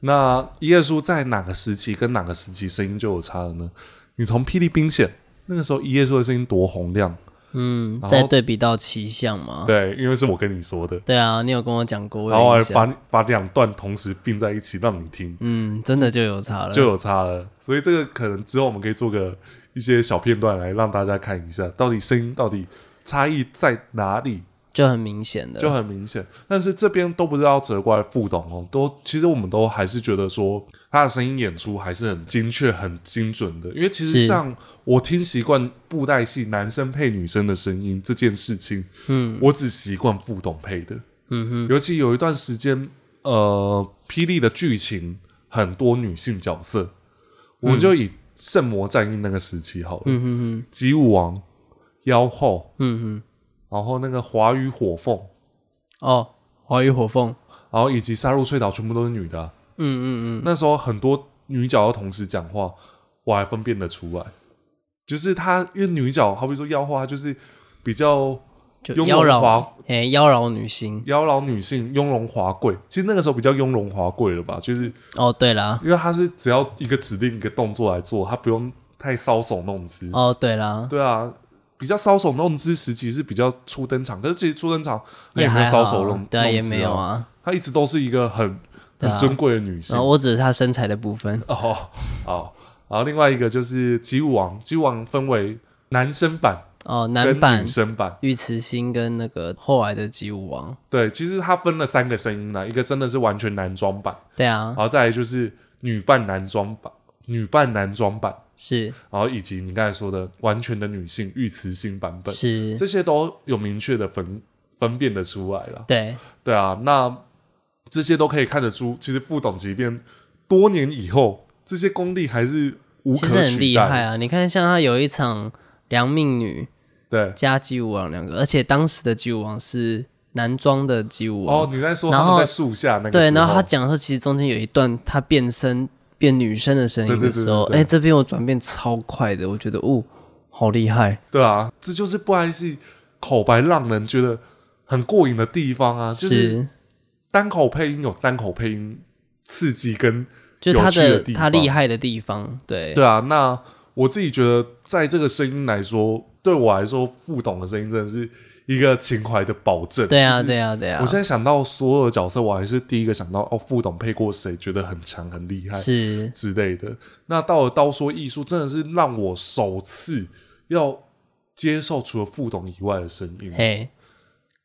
Speaker 1: 那一页书在哪个时期跟哪个时期声音就有差了呢？你从《霹雳兵险》那个时候，一页书的声音多洪亮，
Speaker 2: 嗯，
Speaker 1: 然后
Speaker 2: 再对比到奇象嘛，
Speaker 1: 对，因为是我跟你说的，
Speaker 2: 对啊，你有跟我讲过，我
Speaker 1: 然后
Speaker 2: 有印
Speaker 1: 还
Speaker 2: 象，
Speaker 1: 把把两段同时并在一起让你听，
Speaker 2: 嗯，真的就有差了，
Speaker 1: 就有差了。所以这个可能之后我们可以做个一些小片段来让大家看一下，到底声音到底差异在哪里。
Speaker 2: 就很明显的，
Speaker 1: 就很明显。但是这边都不是要责怪副董哦，都其实我们都还是觉得说他的声音演出还是很精确、很精准的。因为其实
Speaker 2: 是
Speaker 1: 像我听习惯布袋戏男生配女生的声音这件事情，
Speaker 2: 嗯，
Speaker 1: 我只习惯副董配的。
Speaker 2: 嗯
Speaker 1: 尤其有一段时间，呃，霹雳的剧情很多女性角色，我们就以圣魔战役那个时期好了，
Speaker 2: 嗯哼，嗯哼
Speaker 1: 吉武王、妖后，
Speaker 2: 哼，嗯
Speaker 1: 然后那个华语火凤。
Speaker 2: 哼，哦，华语火凤，
Speaker 1: 然后以及杀入翠岛全部都是女的啊、
Speaker 2: 嗯嗯嗯，
Speaker 1: 那时候很多女角要同时讲话，我还分辨得出来。就是她，因为女角好比说妖花，她就是比较
Speaker 2: 就
Speaker 1: 雍
Speaker 2: 妖
Speaker 1: 容
Speaker 2: 娆，
Speaker 1: 华
Speaker 2: 哎，妖娆女星，
Speaker 1: 妖娆女性，雍容华贵。其实那个时候比较雍容华贵了吧，就是
Speaker 2: 哦，对啦，
Speaker 1: 因为她是只要一个指令一个动作来做，她不用太搔首弄姿。
Speaker 2: 哦，，对啦，
Speaker 1: 对啊。比较搔首弄姿时期是比较初登场，可是其实初登场她也没有
Speaker 2: 还
Speaker 1: 搔
Speaker 2: 好
Speaker 1: 首弄，
Speaker 2: 对啊，
Speaker 1: 弄
Speaker 2: 也
Speaker 1: 姿哦
Speaker 2: 没有，啊，
Speaker 1: 她一直都是一个很
Speaker 2: 对
Speaker 1: 很
Speaker 2: 啊
Speaker 1: 尊贵的女性
Speaker 2: 然后。我只是她身材的部分，
Speaker 1: 哦，好，然后另外一个就是《机务王》，《机务王》分为男生版
Speaker 2: 哦，男
Speaker 1: 跟
Speaker 2: 版
Speaker 1: 女生版。
Speaker 2: 尉迟欣跟那个后来的吉武王，
Speaker 1: 对，其实它分了三个声音啦，一个真的是完全男装版，
Speaker 2: 对啊
Speaker 1: 然，后再来就是女扮男装版、女扮男装版，
Speaker 2: 是
Speaker 1: 然后以及你刚才说的完全的女性御词性版本，
Speaker 2: 是，
Speaker 1: 这些都有明确的分分辨的出来了。
Speaker 2: 对，
Speaker 1: 对啊，那这些都可以看得出，其实副董即便多年以后，这些功力还是无
Speaker 2: 其实
Speaker 1: 可
Speaker 2: 很
Speaker 1: 取
Speaker 2: 厉害
Speaker 1: 代。
Speaker 2: 啊。你看，像他有一场良命女
Speaker 1: 对，
Speaker 2: 加吉武王两个，而且当时的吉武王是男装的吉武王，
Speaker 1: 哦，你在说
Speaker 2: 然
Speaker 1: 他
Speaker 2: 后
Speaker 1: 们在树下那个
Speaker 2: 对。
Speaker 1: 时
Speaker 2: 然后
Speaker 1: 候
Speaker 2: 他讲说，其实中间有一段他变身变女生的声音
Speaker 1: 对对
Speaker 2: 的
Speaker 1: 对对
Speaker 2: 时候，
Speaker 1: 对
Speaker 2: 哎、这边我转变超快的，我觉得哦，好厉害，
Speaker 1: 对啊，这就是布莱希口白让人觉得很过瘾的地方啊，就是
Speaker 2: 是。
Speaker 1: 单口配音有单口配音刺激跟
Speaker 2: 就是他
Speaker 1: 有趣的地
Speaker 2: 他厉
Speaker 1: 方
Speaker 2: 害的地方，对
Speaker 1: 对啊，那我自己觉得，在这个声音来说，对我来说，副董的声音真的是一个情怀的保证。
Speaker 2: 对啊，
Speaker 1: 就是
Speaker 2: 对啊，对啊
Speaker 1: 我，现在想到所有的角色，我还是第一个想到哦，副董配过谁，觉得很强、很厉害
Speaker 2: 是
Speaker 1: 之类的。那到了刀说艺术，真的是让我首次要接受除了副董以外的声音，
Speaker 2: 嘿，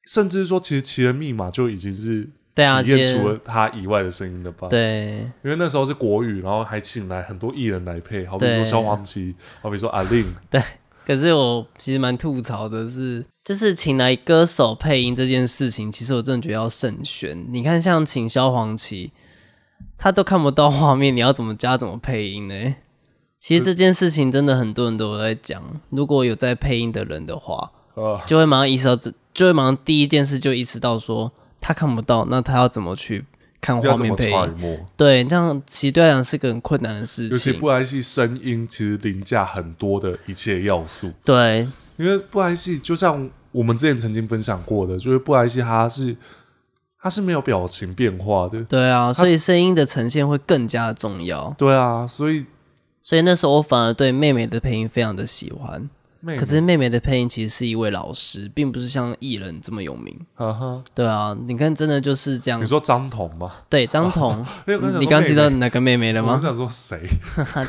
Speaker 1: 甚至说，其实《奇人密码》就已经是
Speaker 2: 对啊，
Speaker 1: 体验
Speaker 2: 其实
Speaker 1: 除了他以外的声音了吧？
Speaker 2: 对
Speaker 1: 因为那时候是国语，然后还请来很多艺人来配，好比说
Speaker 2: 对
Speaker 1: 萧煌奇，好比说阿令，
Speaker 2: 对。可是我其实蛮吐槽的是，就是请来歌手配音这件事情，其实我真的觉得要慎选。你看，像请萧煌奇，他都看不到画面，你要怎么加怎么配音呢？其实这件事情真的很多人都有在讲，如果有在配音的人的话，
Speaker 1: 呃，
Speaker 2: 就会马上意识到这，就会马上第一件事就意识到说他看不到，那他要怎么去看
Speaker 1: 要
Speaker 2: 画
Speaker 1: 怎
Speaker 2: 面
Speaker 1: 么
Speaker 2: 配
Speaker 1: 揣
Speaker 2: 音？
Speaker 1: 摩？
Speaker 2: 对，这样其实对他来讲是个很困难的事
Speaker 1: 尤其
Speaker 2: 情。
Speaker 1: 布莱希声音其实凌驾很多的一切要素，
Speaker 2: 对，
Speaker 1: 因为布莱希就像我们之前曾经分享过的，就是布莱希他是他是没有表情变化的，
Speaker 2: 对啊，所以声音的呈现会更加重要。
Speaker 1: 对啊，所以
Speaker 2: 所以那时候我反而对妹妹的配音非常的喜欢。
Speaker 1: 妹妹
Speaker 2: 可是妹妹的配音其实是一位老师，并不是像艺人这么有名。
Speaker 1: 哈哈，
Speaker 2: 对啊，你看，真的就是这样
Speaker 1: 你。说张彤吗？
Speaker 2: 对，张彤，
Speaker 1: 哎 我想
Speaker 2: 嗯你
Speaker 1: 说
Speaker 2: 刚
Speaker 1: 妹
Speaker 2: 知
Speaker 1: 妹
Speaker 2: 道哪个妹妹了
Speaker 1: 我
Speaker 2: 吗
Speaker 1: 就？想说谁？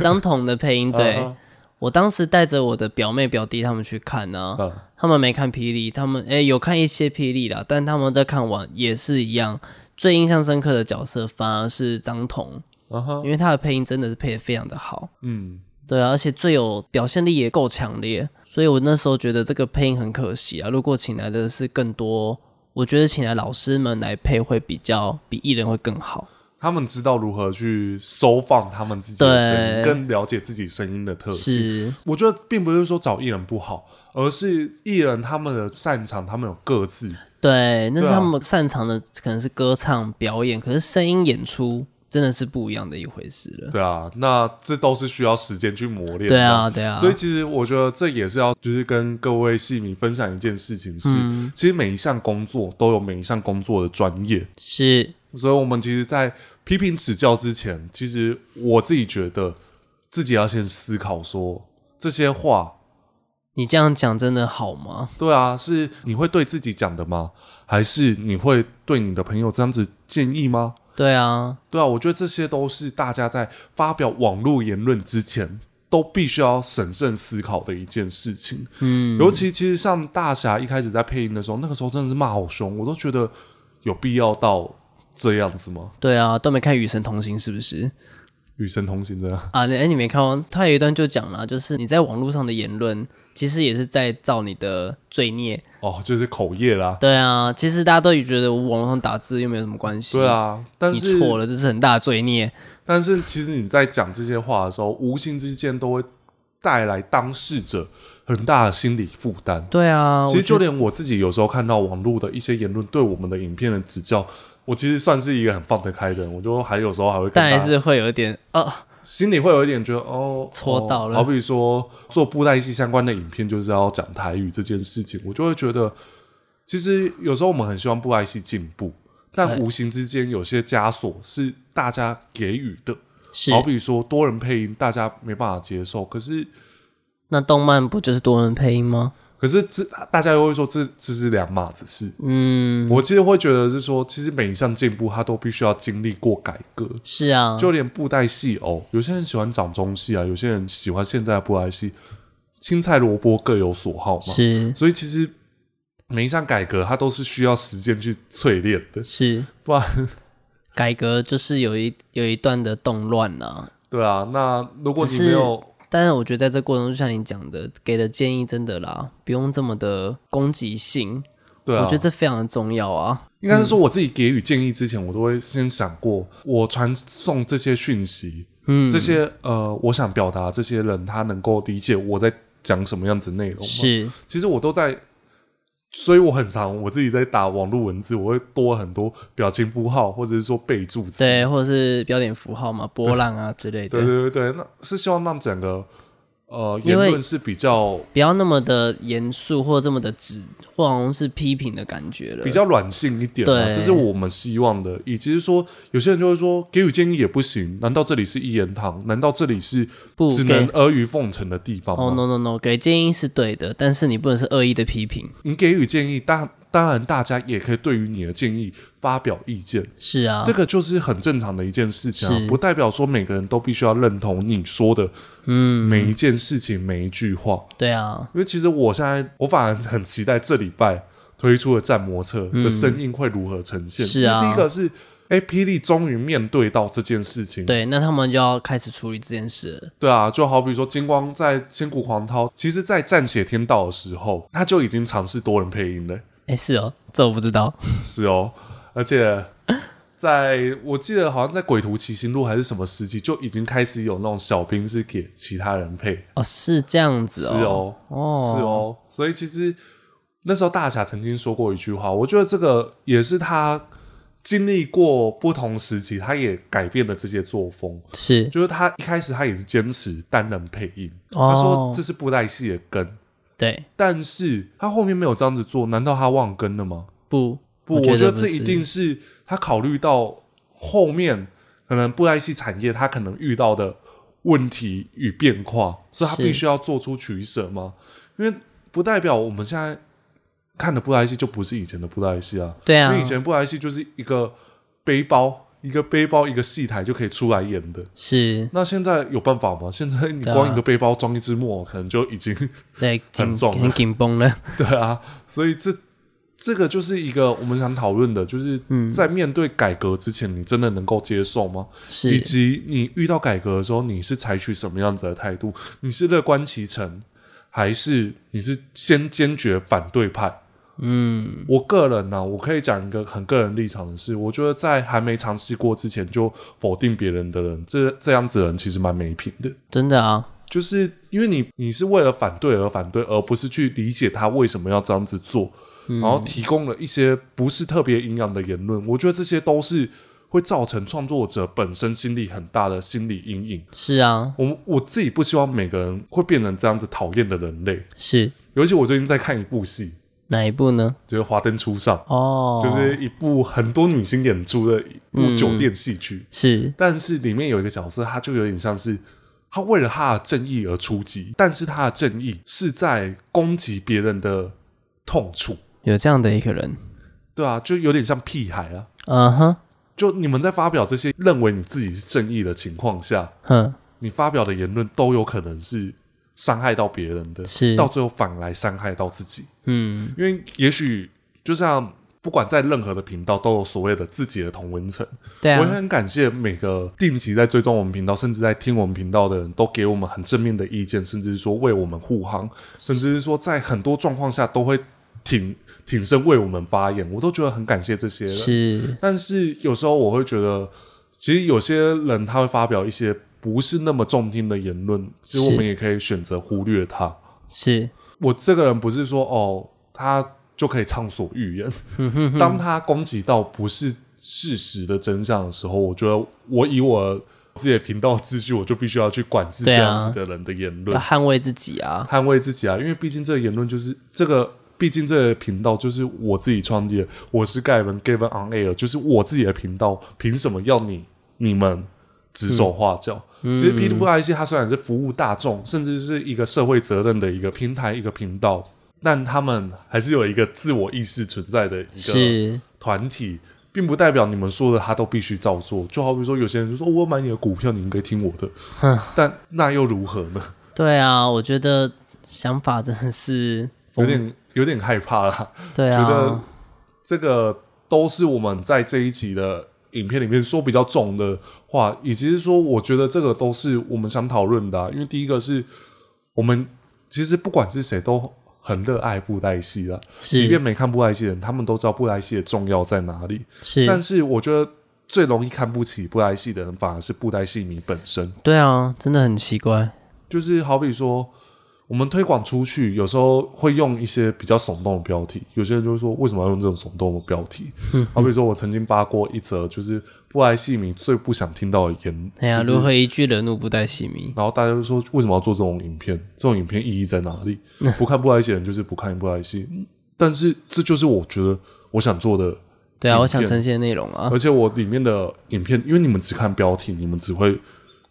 Speaker 2: 张彤的配 音，对
Speaker 1: 啊
Speaker 2: 我当时带着我的表妹表弟他们去看呢、
Speaker 1: 哈啊
Speaker 2: 他们没看霹雳，他们诶有看一些霹雳啦，但他们在看完也是一样。最印象深刻的角色反而是张彤，
Speaker 1: 啊哈，
Speaker 2: 因为他的配音真的是配的非常的好，
Speaker 1: 嗯，
Speaker 2: 对啊，而且最有表现力也够强烈，所以我那时候觉得这个配音很可惜啊。如果请来的是更多，我觉得请来老师们来配会比较比艺人会更好。
Speaker 1: 他们知道如何去收放他们自己的声音，
Speaker 2: 对
Speaker 1: 更了解自己声音的特性。
Speaker 2: 是，
Speaker 1: 我觉得并不是说找艺人不好，而是艺人他们的擅长，他们有各自。
Speaker 2: 对，那是
Speaker 1: 对啊
Speaker 2: 他们擅长的，可能是歌唱表演，可是声音演出真的是不一样的一回事了。
Speaker 1: 对啊，那这都是需要时间去磨练的。
Speaker 2: 对啊，对啊，
Speaker 1: 所以其实我觉得这也是要，就是跟各位戏迷分享一件事情是，
Speaker 2: 嗯
Speaker 1: 其实每一项工作都有每一项工作的专业，
Speaker 2: 是
Speaker 1: 所以我们其实，在批评指教之前，其实我自己觉得自己要先思考说这些话
Speaker 2: 你这样讲真的好吗？
Speaker 1: 对啊，是你会对自己讲的吗？还是你会对你的朋友这样子建议吗？
Speaker 2: 对啊，
Speaker 1: 对啊，我觉得这些都是大家在发表网络言论之前都必须要审慎思考的一件事情。
Speaker 2: 嗯，
Speaker 1: 尤其其实像大侠一开始在配音的时候，那个时候真的是骂好凶，我都觉得有必要到这样子吗？
Speaker 2: 对啊，都没看《与神同行》是不是？
Speaker 1: 与神同行这样，
Speaker 2: 啊，你哎，你没看吗？他有一段就讲了，就是你在网络上的言论，其实也是在造你的罪孽。
Speaker 1: 哦，就是口业啦。
Speaker 2: 对啊，其实大家都觉得我网络上打字又没有什么关系。
Speaker 1: 对，啊，但
Speaker 2: 你
Speaker 1: 是
Speaker 2: 错了，这是很大的罪孽。
Speaker 1: 但是其实你在讲这些话的时候，无形之间都会带来当事者很大的心理负担。
Speaker 2: 对啊，
Speaker 1: 其实
Speaker 2: 我觉
Speaker 1: 就
Speaker 2: 得
Speaker 1: 连我自己有时候看到网络的一些言论对我们的影片的指教，我其实算是一个很放得开的人。我就还有时候还会跟
Speaker 2: 但
Speaker 1: 大
Speaker 2: 还
Speaker 1: 家
Speaker 2: 是会有一点哦，
Speaker 1: 心里会有一点觉得哦，
Speaker 2: 戳到了
Speaker 1: 哦好比说做布袋戏相关的影片，就是要讲台语这件事情，我就会觉得，其实有时候我们很希望布袋戏进步，但
Speaker 2: 对
Speaker 1: 无形之间有些枷锁是大家给予的。
Speaker 2: 是
Speaker 1: 好比说多人配音，大家没办法接受，可是
Speaker 2: 那动漫不就是多人配音吗？
Speaker 1: 可是这大家又会说这这是两码子事。
Speaker 2: 嗯，
Speaker 1: 我其实会觉得是说，其实每一项进步它都必须要经历过改革。
Speaker 2: 是啊，
Speaker 1: 就连布袋戏偶，有些人喜欢掌中戏啊，有些人喜欢现在的布袋戏，青菜萝卜各有所好嘛。
Speaker 2: 是
Speaker 1: 所以其实每一项改革，它都是需要时间去淬炼的，
Speaker 2: 是
Speaker 1: 不然
Speaker 2: 改革就是有一有一段的动乱啊，
Speaker 1: 对啊。那如果你
Speaker 2: 只是
Speaker 1: 没有，
Speaker 2: 但是我觉得在这过程中，就像你讲的，给的建议真的啦，不用这么的攻击性，
Speaker 1: 对啊，
Speaker 2: 我觉得这非常的重要啊。
Speaker 1: 应该是说我自己给予建议之前，我都会先想过，我传送这些讯息，
Speaker 2: 嗯，
Speaker 1: 这些呃，我想表达这些人他能够理解我在讲什么样子内容吗？
Speaker 2: 是
Speaker 1: 其实我都在，所以我很常我自己在打网络文字，我会多很多表情符号或者是说备注词。
Speaker 2: 对，或者是标点符号嘛，波浪啊之类
Speaker 1: 对
Speaker 2: 的，
Speaker 1: 对对对，那是希望让整个呃言
Speaker 2: 因为
Speaker 1: 论是比较
Speaker 2: 不要那么的严肃或这么的直，或好像是批评的感觉了
Speaker 1: 比。较软性一点、啊，
Speaker 2: 对
Speaker 1: 这是我们希望的。以及是说，有些人就会说给予建议也不行，难道这里是一言堂？难道这里是
Speaker 2: 不
Speaker 1: 只
Speaker 2: 给
Speaker 1: 能阿谀奉承的地方吗？
Speaker 2: 哦、no no no，给建议是对的，但是你不能是恶意的批评。
Speaker 1: 你给予建议，当当然大家也可以对于你的建议发表意见，
Speaker 2: 是啊，
Speaker 1: 这个就是很正常的一件事情、啊
Speaker 2: 是，
Speaker 1: 不代表说每个人都必须要认同你说的
Speaker 2: 嗯，
Speaker 1: 每一件事情、每一句话。
Speaker 2: 对啊，
Speaker 1: 因为其实我现在，我反而很期待这礼拜推出的战魔册的声音会如何呈现。
Speaker 2: 是啊
Speaker 1: 因为第一个是，哎，霹雳终于面对到这件事情，
Speaker 2: 对，那他们就要开始处理这件事了。
Speaker 1: 对啊，就好比说金光在《千古狂涛》，其实在战血天道的时候，他就已经尝试多人配音了，
Speaker 2: 哎，是哦，这我不知道。
Speaker 1: 是哦，而且。在我记得好像在《鬼图奇行录》还是什么时期，就已经开始有那种小兵是给其他人配，
Speaker 2: 哦，是这样子
Speaker 1: 是哦，
Speaker 2: 哦
Speaker 1: 是哦，所以其实那时候大侠曾经说过一句话，我觉得这个也是他经历过不同时期，他也改变了这些作风。
Speaker 2: 是
Speaker 1: 就是他一开始他也是坚持单人配音，
Speaker 2: 哦
Speaker 1: 他说这是布袋戏的根，
Speaker 2: 对，
Speaker 1: 但是他后面没有这样子做，难道他忘根了吗？
Speaker 2: 不
Speaker 1: 不，我
Speaker 2: 我
Speaker 1: 觉得
Speaker 2: 不
Speaker 1: 这
Speaker 2: 是
Speaker 1: 一定是他考虑到后面可能布袋戏产业他可能遇到的问题与变化，所以他
Speaker 2: 是
Speaker 1: 必须要做出取舍嘛。因为不代表我们现在看的布袋戏就不是以前的布袋戏啊，
Speaker 2: 对啊
Speaker 1: 因为以，前布袋戏就是一个背包。一个背包，一个戏台就可以出来演的。
Speaker 2: 是
Speaker 1: 那现在有办法吗？现在你
Speaker 2: 对啊
Speaker 1: 光一个背包装一只木偶，可能就已经
Speaker 2: 对
Speaker 1: 很
Speaker 2: 紧
Speaker 1: 重啊
Speaker 2: 很紧绷了。
Speaker 1: 对啊，所以这这个就是一个我们想讨论的，就是
Speaker 2: 嗯
Speaker 1: 在面对改革之前，你真的能够接受吗？以
Speaker 2: 是
Speaker 1: 及你遇到改革的时候，你是采取什么样子的态度？你是乐观其成，还是你是先坚决反对派？
Speaker 2: 嗯，
Speaker 1: 我个人呢、我可以讲一个很个人立场的事，我觉得在还没尝试过之前就否定别人的人，这这样子的人其实蛮没品的。
Speaker 2: 真的啊，
Speaker 1: 就是因为你你是为了反对而反对，而不是去理解他为什么要这样子做，然后提供了一些不是特别营养的言论，我觉得这些都是会造成创作者本身心理很大的心理阴影。
Speaker 2: 是啊，
Speaker 1: 我我自己不希望每个人会变成这样子讨厌的人类，
Speaker 2: 是
Speaker 1: 尤其我最近在看一部戏，
Speaker 2: 哪一部呢？
Speaker 1: 就是《华灯初上》，
Speaker 2: 哦，
Speaker 1: 就是一部很多女星演出的一部酒店戏剧，
Speaker 2: 是
Speaker 1: 但是里面有一个角色，他就有点像是他为了他的正义而出击，但是他的正义是在攻击别人的痛处，
Speaker 2: 有这样的一个人，
Speaker 1: 对啊，就有点像屁孩啊。
Speaker 2: 嗯哼，
Speaker 1: 就你们在发表这些认为你自己是正义的情况下，
Speaker 2: 哼，
Speaker 1: 你发表的言论都有可能是伤害到别人的，
Speaker 2: 是
Speaker 1: 到最后反来伤害到自己，
Speaker 2: 嗯，
Speaker 1: 因为也许就像。不管在任何的频道，都有所谓的自己的同温层，
Speaker 2: 对
Speaker 1: 我也
Speaker 2: 啊，
Speaker 1: 很感谢每个定期在追踪我们频道，甚至在听我们频道的人都给我们很正面的意见，甚至是说为我们护航，甚至是说在很多状况下都会挺挺身为我们发言，我都觉得很感谢这些人。
Speaker 2: 是
Speaker 1: 但是有时候我会觉得，其实有些人他会发表一些不是那么中听的言论，其实
Speaker 2: 是
Speaker 1: 我们也可以选择忽略他。
Speaker 2: 是，
Speaker 1: 我这个人不是说哦，他就可以畅所欲 言。当他攻击到不是事实的真相的时候，我觉得我以我自己的频道秩序，我就必须要去管制这
Speaker 2: 对啊
Speaker 1: 样子的人的言论，
Speaker 2: 要捍卫自己啊，
Speaker 1: 捍卫自己啊。因为毕竟这个言论就是这个，毕竟这个频道就是我自己创立的，我是盖文 Gavin on Air，就是我自己的频道，凭什么要你你们指手画脚？其实 P to P I C 它虽然是服务大众，甚至是一个社会责任的一个平台、一个频道，但他们还是有一个自我意识存在的一个
Speaker 2: 是
Speaker 1: 团体，并不代表你们说的他都必须照做。就好比说，有些人就说、哦我买你的股票，你应该听我的，但那又如何呢？
Speaker 2: 对啊，我觉得想法真的是
Speaker 1: 有
Speaker 2: 疯
Speaker 1: 点有点害怕啦。
Speaker 2: 对
Speaker 1: 觉得
Speaker 2: 啊，
Speaker 1: 这个都是我们在这一集的影片里面说比较重的话，以及是说，我觉得这个都是我们想讨论的啊、因为第一个是我们其实不管是谁都很热爱布袋戏啊，即便
Speaker 2: 是
Speaker 1: 没看布袋戏的人，他们都知道布袋戏的重要在哪里。但
Speaker 2: 是，
Speaker 1: 是我觉得最容易看不起布袋戏的人，反而是布袋戏迷本身。
Speaker 2: 对啊，真的很奇怪，
Speaker 1: 就是好比说，我们推广出去，有时候会用一些比较耸动的标题，有些人就会说为什么要用这种耸动的标题？
Speaker 2: 嗯
Speaker 1: 好比说，我曾经发过一则，就是布莱戏迷最不想听到的言，
Speaker 2: 哎呀，
Speaker 1: 就是
Speaker 2: 如何一句惹怒不带戏迷？
Speaker 1: 然后大家就说为什么要做这种影片？这种影片意义在哪 里？
Speaker 2: 嗯
Speaker 1: 不看布莱戏的人就是不看布莱戏，嗯但是这就是我觉得我想做的。
Speaker 2: 对啊，
Speaker 1: 影
Speaker 2: 我想
Speaker 1: 片
Speaker 2: 呈现的内容啊，
Speaker 1: 而且我里面的影片，因为你们只看标题，你们只会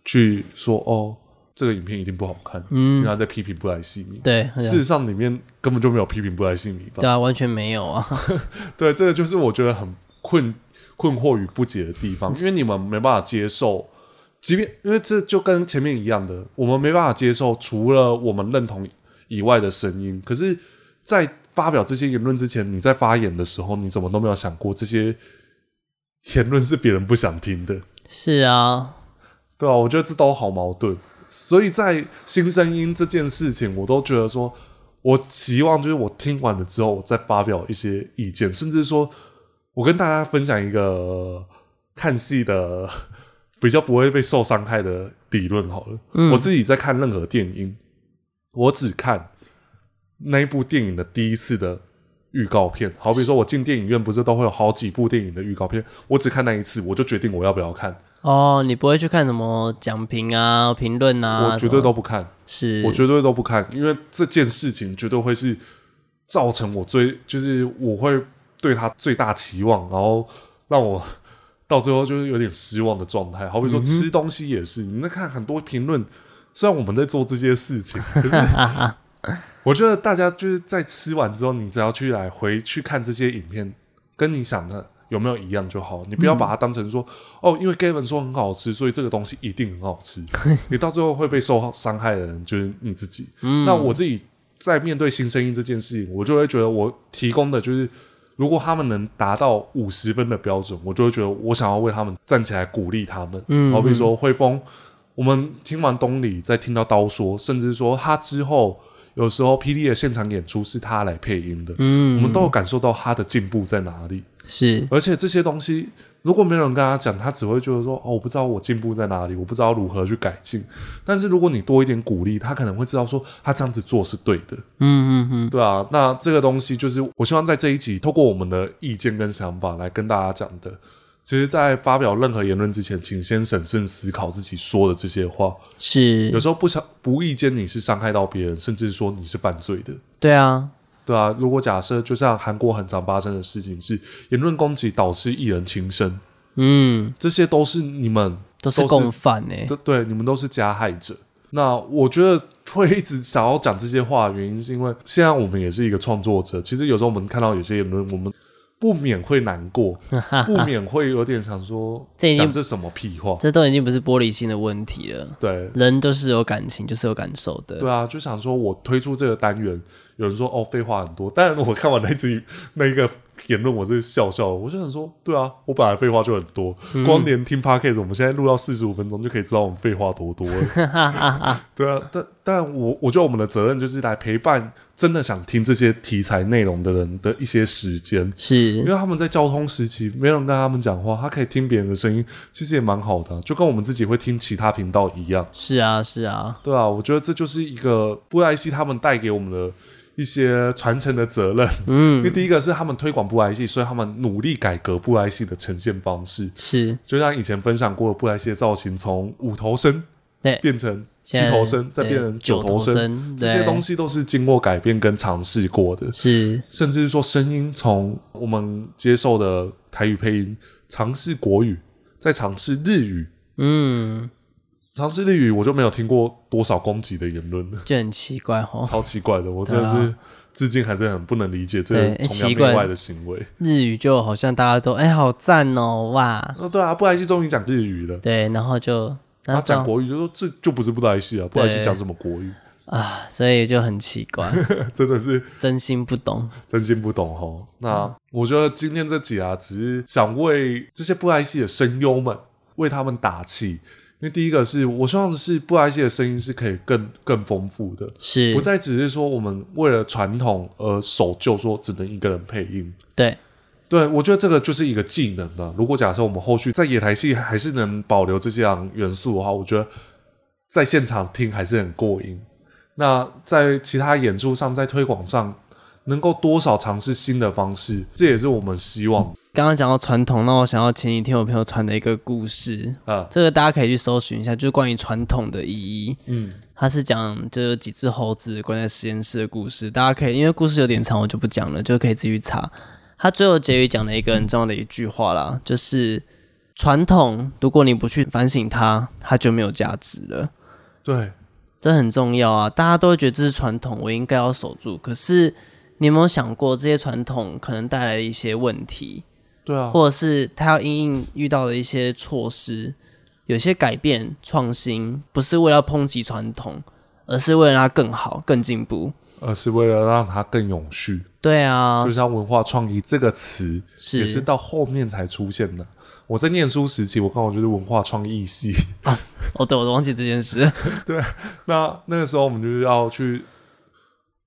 Speaker 1: 去说哦，这个影片一定不好看，
Speaker 2: 嗯
Speaker 1: 因为他在批评布莱戏迷。
Speaker 2: 对，
Speaker 1: 事实上，里面根本就没有批评布莱希米吧？
Speaker 2: 哎对啊，完全没有啊，
Speaker 1: 对，这个就是我觉得很困困惑与不解的地
Speaker 2: 嗯
Speaker 1: 方，因为你们没办法接受，即便因为这就跟前面一样的，我们没办法接受除了我们认同以外的声音。可是，在发表这些言论之前，你在发言的时候，你怎么都没有想过这些言论是别人不想听的？
Speaker 2: 是啊，
Speaker 1: 对啊，我觉得这都好矛盾。所以在新声音这件事情，我都觉得说，我期望就是我听完了之后，我再发表一些意见，甚至说我跟大家分享一个看戏的比较不会被受伤害的理论好了。
Speaker 2: 嗯
Speaker 1: 我自己在看任何电影，我只看那一部电影的第一次的预告片。好比说，我进电影院不是都会有好几部电影的预告片，我只看那一次，我就决定我要不要看，
Speaker 2: 哦，你不会去看什么讲评啊、评论啊？
Speaker 1: 我
Speaker 2: 什
Speaker 1: 绝
Speaker 2: 么
Speaker 1: 对都不看。
Speaker 2: 是，
Speaker 1: 我绝对都不看，因为这件事情绝对会是造成我最就是我会对他最大期望，然后让我到最后就是有点失望的状态。好比说吃东西也是，你那看很多评论，虽然我们在做这些事情，可是我觉得大家就是在吃完之后，你只要去来回去看这些影片，跟你想的。有没有一样就好？你不要把它当成说、哦，因为 Gavin 说很好吃，所以这个东西一定很好吃。你到最后会被受伤害的人就是你自己。
Speaker 2: 嗯
Speaker 1: 那我自己在面对新声音这件事情，我就会觉得我提供的就是，如果他们能达到五十分的标准，我就会觉得我想要为他们站起来鼓励他们。
Speaker 2: 嗯
Speaker 1: 好比说汇丰，我们听完东里，再听到刀说，甚至说他之后有时候霹雳的现场演出是他来配音的，我
Speaker 2: 嗯，
Speaker 1: 们都有感受到他的进步在哪里。
Speaker 2: 是
Speaker 1: 而且这些东西，如果没有人跟他讲，他只会觉得说：“哦，我不知道我进步在哪里，我不知道如何去改进。”但是如果你多一点鼓励，他可能会知道说他这样子做是对的，
Speaker 2: 嗯嗯嗯，
Speaker 1: 对啊。那这个东西就是我希望在这一集透过我们的意见跟想法来跟大家讲的。其实，在发表任何言论之前，请先审慎思考自己说的这些话。有
Speaker 2: 是，
Speaker 1: 时候不想不意间你是伤害到别人，甚至说你是犯罪的。
Speaker 2: 对啊，
Speaker 1: 对啊，如果假设就像韩国很常发生的事情是言论攻击导致艺人轻生，
Speaker 2: 嗯，
Speaker 1: 这些都是你们
Speaker 2: 都是
Speaker 1: 都是
Speaker 2: 共犯欸呢、
Speaker 1: 对对，你们都是加害者。那我觉得会一直想要讲这些话的原因，是因为现在我们也是一个创作者，其实有时候我们看到有些言论，我们不免会难过，不免会有点想 说，
Speaker 2: 这已经
Speaker 1: 讲这什么屁话？
Speaker 2: 这都已经不是玻璃心的问题了。
Speaker 1: 对。
Speaker 2: 人都是有感情，就是有感受的。
Speaker 1: 对啊，就想说我推出这个单元，有人说哦废话很多，但我看完那一集那一个言论，我是笑笑的，我就想说，对啊，我本来废话就很多，光连听 podcast，我们现在录到四十五分钟就可以知道我们废话多多了。对啊，但但我我觉得我们的责任就是来陪伴真的想听这些题材内容的人的一些时间，因
Speaker 2: 是，
Speaker 1: 为他们在交通时期没有人跟他们讲话，他可以听别人的声音，其实也蛮好的啊、就跟我们自己会听其他频道一样。
Speaker 2: 是啊，是啊，
Speaker 1: 对啊，我觉得这就是一个布莱希他们带给我们的一些传承的责任。因为
Speaker 2: 嗯，
Speaker 1: 第一个是他们推广布莱希，所以他们努力改革布莱希的呈现方式。
Speaker 2: 是，
Speaker 1: 就像以前分享过的布莱希的造型，从五头身
Speaker 2: 对，
Speaker 1: 变成七
Speaker 2: 现在
Speaker 1: 头身，再
Speaker 2: 对
Speaker 1: 变成
Speaker 2: 九
Speaker 1: 头身，
Speaker 2: 身，
Speaker 1: 这些
Speaker 2: 对
Speaker 1: 东西都是经过改变跟尝试过的。
Speaker 2: 是
Speaker 1: 甚至是说声音从我们接受的台语配音，尝试国语，再尝试日语，
Speaker 2: 嗯，
Speaker 1: 常识例语我就没有听过多少攻击的言论了，
Speaker 2: 就很奇怪哦。
Speaker 1: 超奇怪的，我真的
Speaker 2: 对啊
Speaker 1: 是至今还是很不能理解这
Speaker 2: 对
Speaker 1: 个崇
Speaker 2: 奇
Speaker 1: 洋
Speaker 2: 怪
Speaker 1: 媚外的行为。
Speaker 2: 日语就好像大家都哎、好赞哦哇，
Speaker 1: 哦，对啊，布莱希终于讲日语了，
Speaker 2: 对，然后就
Speaker 1: 他
Speaker 2: 那
Speaker 1: 讲
Speaker 2: 到
Speaker 1: 国语就说这就不是布莱希啊，布莱希
Speaker 2: 对
Speaker 1: 讲什么国语，
Speaker 2: 啊，所以就很奇怪，
Speaker 1: 真的是
Speaker 2: 真心不懂。
Speaker 1: 真心不懂哦。
Speaker 2: 嗯
Speaker 1: 那我觉得今天这集啊，只是想为这些布莱希的声优们为他们打气，因为第一个是我希望是布莱希的声音是可以更更丰富的，
Speaker 2: 是
Speaker 1: 不，再只是说我们为了传统而守旧，说只能一个人配音。
Speaker 2: 对，
Speaker 1: 对，我觉得这个就是一个技能了。如果假设我们后续在野台戏还是能保留这些样元素的话，我觉得在现场听还是很过瘾。那在其他演出上，在推广上，能够多少尝试新的方式，这也是我们希望
Speaker 2: 刚刚讲到传统，那我想到前几天我朋友传的一个故事，
Speaker 1: 啊。
Speaker 2: 这个大家可以去搜寻一下，就是关于传统的意义。
Speaker 1: 嗯，
Speaker 2: 它是讲就是几只猴子关在实验室的故事，大家可以因为故事有点长，我就不讲了，就可以自己去查。它最后结语讲了一个很重要的一句话啦，就是传统，如果你不去反省它，它就没有价值了。
Speaker 1: 对，
Speaker 2: 这很重要啊！大家都会觉得这是传统，我应该要守住。可是你有没有想过，这些传统可能带来的一些问题，
Speaker 1: 对啊，
Speaker 2: 或者是他要因应遇到的一些措施，有些改变创新，不是为了抨击传统，而是为了它更好、更进步。
Speaker 1: 而呃是为了让它更永续，
Speaker 2: 对啊
Speaker 1: 就，像文化创意这个词，也
Speaker 2: 是
Speaker 1: 是到后面才出现的。我在念书时期，我刚好就是文化创意系。
Speaker 2: 哦，对，我忘记这 件事。
Speaker 1: 那那个时候我们就是要去，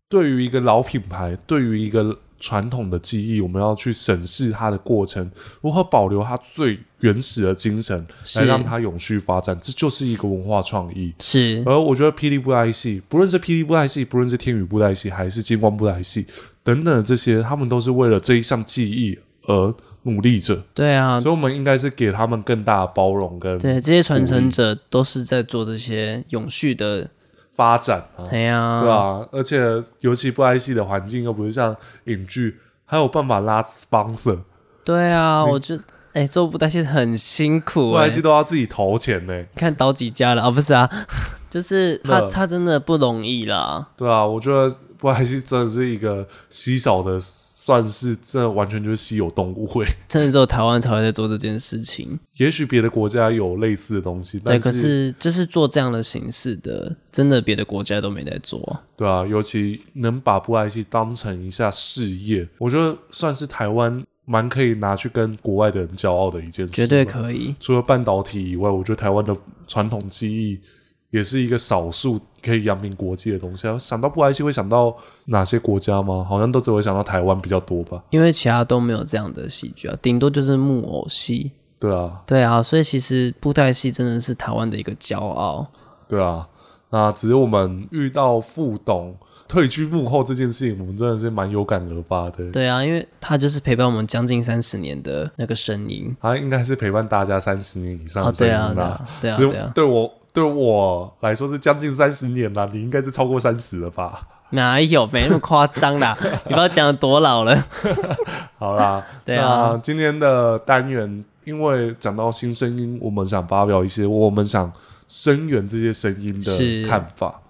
Speaker 1: 对于一个老品牌，对于一个传统的技艺，我们要去审视它的过程，如何保留它最原始的精神，来
Speaker 2: 是
Speaker 1: 让它永续发展，这就是一个文化创意。
Speaker 2: 是
Speaker 1: 而我觉得霹雳布袋戏，不论是霹雳布袋戏，不论是天宇布袋戏，还是金光布袋戏等等的这些，他们都是为了这一项技艺而努力着，
Speaker 2: 对啊，
Speaker 1: 所以我们应该是给他们更大的包容跟
Speaker 2: 对这些传承者都是在做这些永续的。
Speaker 1: 发展啊。
Speaker 2: 哎呀、
Speaker 1: 对啊，而且尤其不 I 系的环境又不是像影剧，还有办法拉 sponsor，
Speaker 2: 对啊，我就哎、做布袋戏很辛苦
Speaker 1: 不
Speaker 2: 哎、
Speaker 1: I 系都要自己投钱呢、
Speaker 2: 你看倒几家了啊？不是啊，就是他
Speaker 1: 那
Speaker 2: 他真的不容易啦。
Speaker 1: 对啊，我觉得不 I 系真的是一个稀少的，算是这完全就是稀有动物会。
Speaker 2: 真的只有台湾才会在做这件事情。
Speaker 1: 也许别的国家有类似的东西，
Speaker 2: 对，
Speaker 1: 但
Speaker 2: 可是就是做这样的形式的，真的别的国家都没在做。
Speaker 1: 对啊，尤其能把不 I 系当成一下事业，我觉得算是台湾蛮可以拿去跟国外的人骄傲的一件事。
Speaker 2: 绝对可以，
Speaker 1: 除了半导体以外，我觉得台湾的传统技艺也是一个少数可以扬名国际的东西啊。想到布莱希会想到哪些国家吗？好像都只会想到台湾比较多吧。
Speaker 2: 因为其他都没有这样的戏剧啊，顶多就是木偶戏。
Speaker 1: 对啊，
Speaker 2: 对啊，所以其实布袋戏真的是台湾的一个骄傲。
Speaker 1: 对啊。那只是我们遇到副董退居幕后这件事情，我们真的是蛮有感而发的。
Speaker 2: 对啊，因为他就是陪伴我们将近三十年的那个声音。
Speaker 1: 他应该是陪伴大家三十年以上
Speaker 2: 啊，
Speaker 1: 的声
Speaker 2: 对
Speaker 1: 音
Speaker 2: 啊，对
Speaker 1: 啦、
Speaker 2: 啊，对啊，
Speaker 1: 其实
Speaker 2: 对啊，
Speaker 1: 对我对我来说是将近三十年啦，你应该是超过三十了吧？
Speaker 2: 哪有没那么夸张 啦？你不要讲得多老了。
Speaker 1: 好啦，
Speaker 2: 对啊
Speaker 1: 那今天的单元，因为讲到新声音，我们想发表一些我们想声援这些声音
Speaker 2: 是
Speaker 1: 的看法，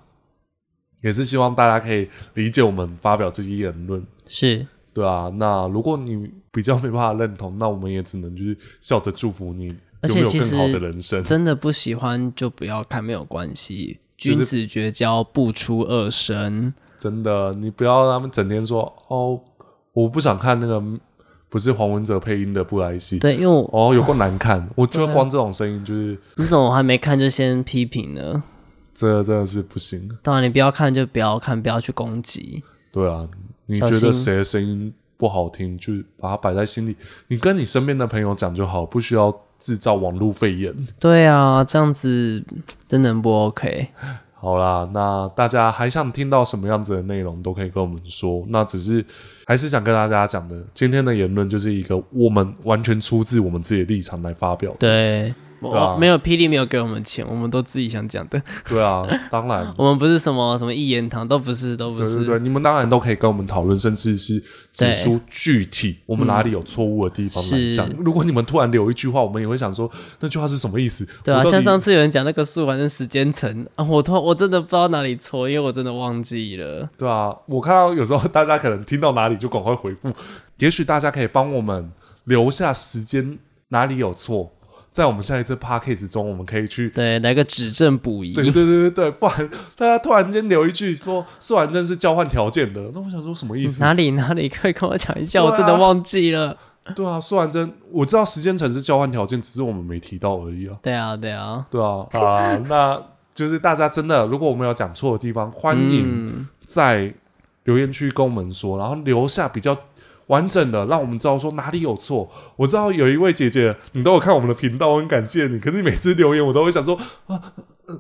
Speaker 1: 也是希望大家可以理解我们发表这些言论，
Speaker 2: 是，
Speaker 1: 对啊。那如果你比较没办法认同，那我们也只能就是笑着祝福你有
Speaker 2: 而且
Speaker 1: 没有
Speaker 2: 其
Speaker 1: 更好
Speaker 2: 实
Speaker 1: 的人生。
Speaker 2: 真的不喜欢就不要看，没有关系。
Speaker 1: 就是
Speaker 2: 君子绝交，不出二声。
Speaker 1: 真的，你不要让他们整天说哦，我不想看那个不是黄文哲配音的布莱希。
Speaker 2: 对，因为我
Speaker 1: 哦，有够难看！我觉得
Speaker 2: 对啊
Speaker 1: 光这种声音就是，
Speaker 2: 这种我还没看就先批评了。
Speaker 1: 这真的是不行。
Speaker 2: 当然，你不要看就不要看，不要去攻击。
Speaker 1: 对啊，你
Speaker 2: 小
Speaker 1: 觉得
Speaker 2: 心
Speaker 1: 谁的声音不好听，就把它摆在心里，你跟你身边的朋友讲就好，不需要制造网络肺炎。
Speaker 2: 对啊，这样子真的很不 OK。
Speaker 1: 好啦，那大家还想听到什么样子的内容，都可以跟我们说。那只是还是想跟大家讲的，今天的言论就是一个我们完全出自我们自己的立场来发表的。
Speaker 2: 对，我、
Speaker 1: 对啊
Speaker 2: 没有霹雳没有给我们钱，我们都自己想讲的。
Speaker 1: 对啊，当然，
Speaker 2: 我们不是什么什么一言堂，都不是，都不
Speaker 1: 对
Speaker 2: 是。
Speaker 1: 对对，你们当然都可以跟我们讨论，甚至是指
Speaker 2: 对嗯
Speaker 1: 出具体我们哪里有错误的地方来
Speaker 2: 是
Speaker 1: 讲。如果你们突然留一句话，我们也会想说那句话是什么意思？
Speaker 2: 对啊，
Speaker 1: 我到底
Speaker 2: 像上次有人讲那个素还跟时间层啊，我突然我真的不知道哪里错，因为我真的忘记了。
Speaker 1: 对啊，我看到有时候大家可能听到哪里就赶快回复，也许大家可以帮我们留下时间哪里有错，在我们下一次 p a c k a g e 中，我们可以去。
Speaker 2: 对，来个指正补
Speaker 1: 对对
Speaker 2: 遗。
Speaker 1: 对对对，不然大家突然间留一句说“素然真是交换条件的”，那我想说什么意思？
Speaker 2: 哪里哪里，快跟我讲一下，
Speaker 1: 对啊
Speaker 2: 我真的忘记了。
Speaker 1: 对啊，素然真我知道时间层是交换条件，只是我们没提到而已啊。
Speaker 2: 对啊，对啊，
Speaker 1: 对啊，啊，那就是大家真的，如果我们有讲错的地方，欢迎
Speaker 2: 嗯，
Speaker 1: 在留言区跟我们说，然后留下比较完整的，让我们知道说哪里有错。我知道有一位姐姐，你都有看我们的频道，我很感谢你。可是你每次留言，我都会想说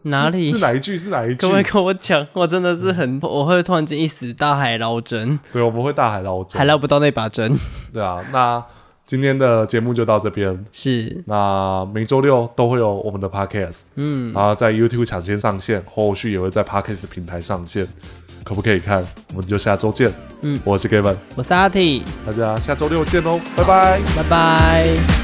Speaker 2: 哪里
Speaker 1: 是？哪一句是哪一句
Speaker 2: 各？位跟我讲，我真的是很，我会突然间一时大海捞针，
Speaker 1: 对，我们会大海捞针
Speaker 2: 还。捞不到那把针。
Speaker 1: 对啊，那今天的节目就到这边。
Speaker 2: 是，
Speaker 1: 那每周六都会有我们的 podcast，
Speaker 2: 嗯，
Speaker 1: 然后在 YouTube 抢先上线，后续也会在 podcast 平台上线，可不可以看？我们就下周见。
Speaker 2: 嗯，
Speaker 1: 我是 Gavin，
Speaker 2: 我是阿 T，
Speaker 1: 哦大家下周六见喽，拜拜。
Speaker 2: 拜拜。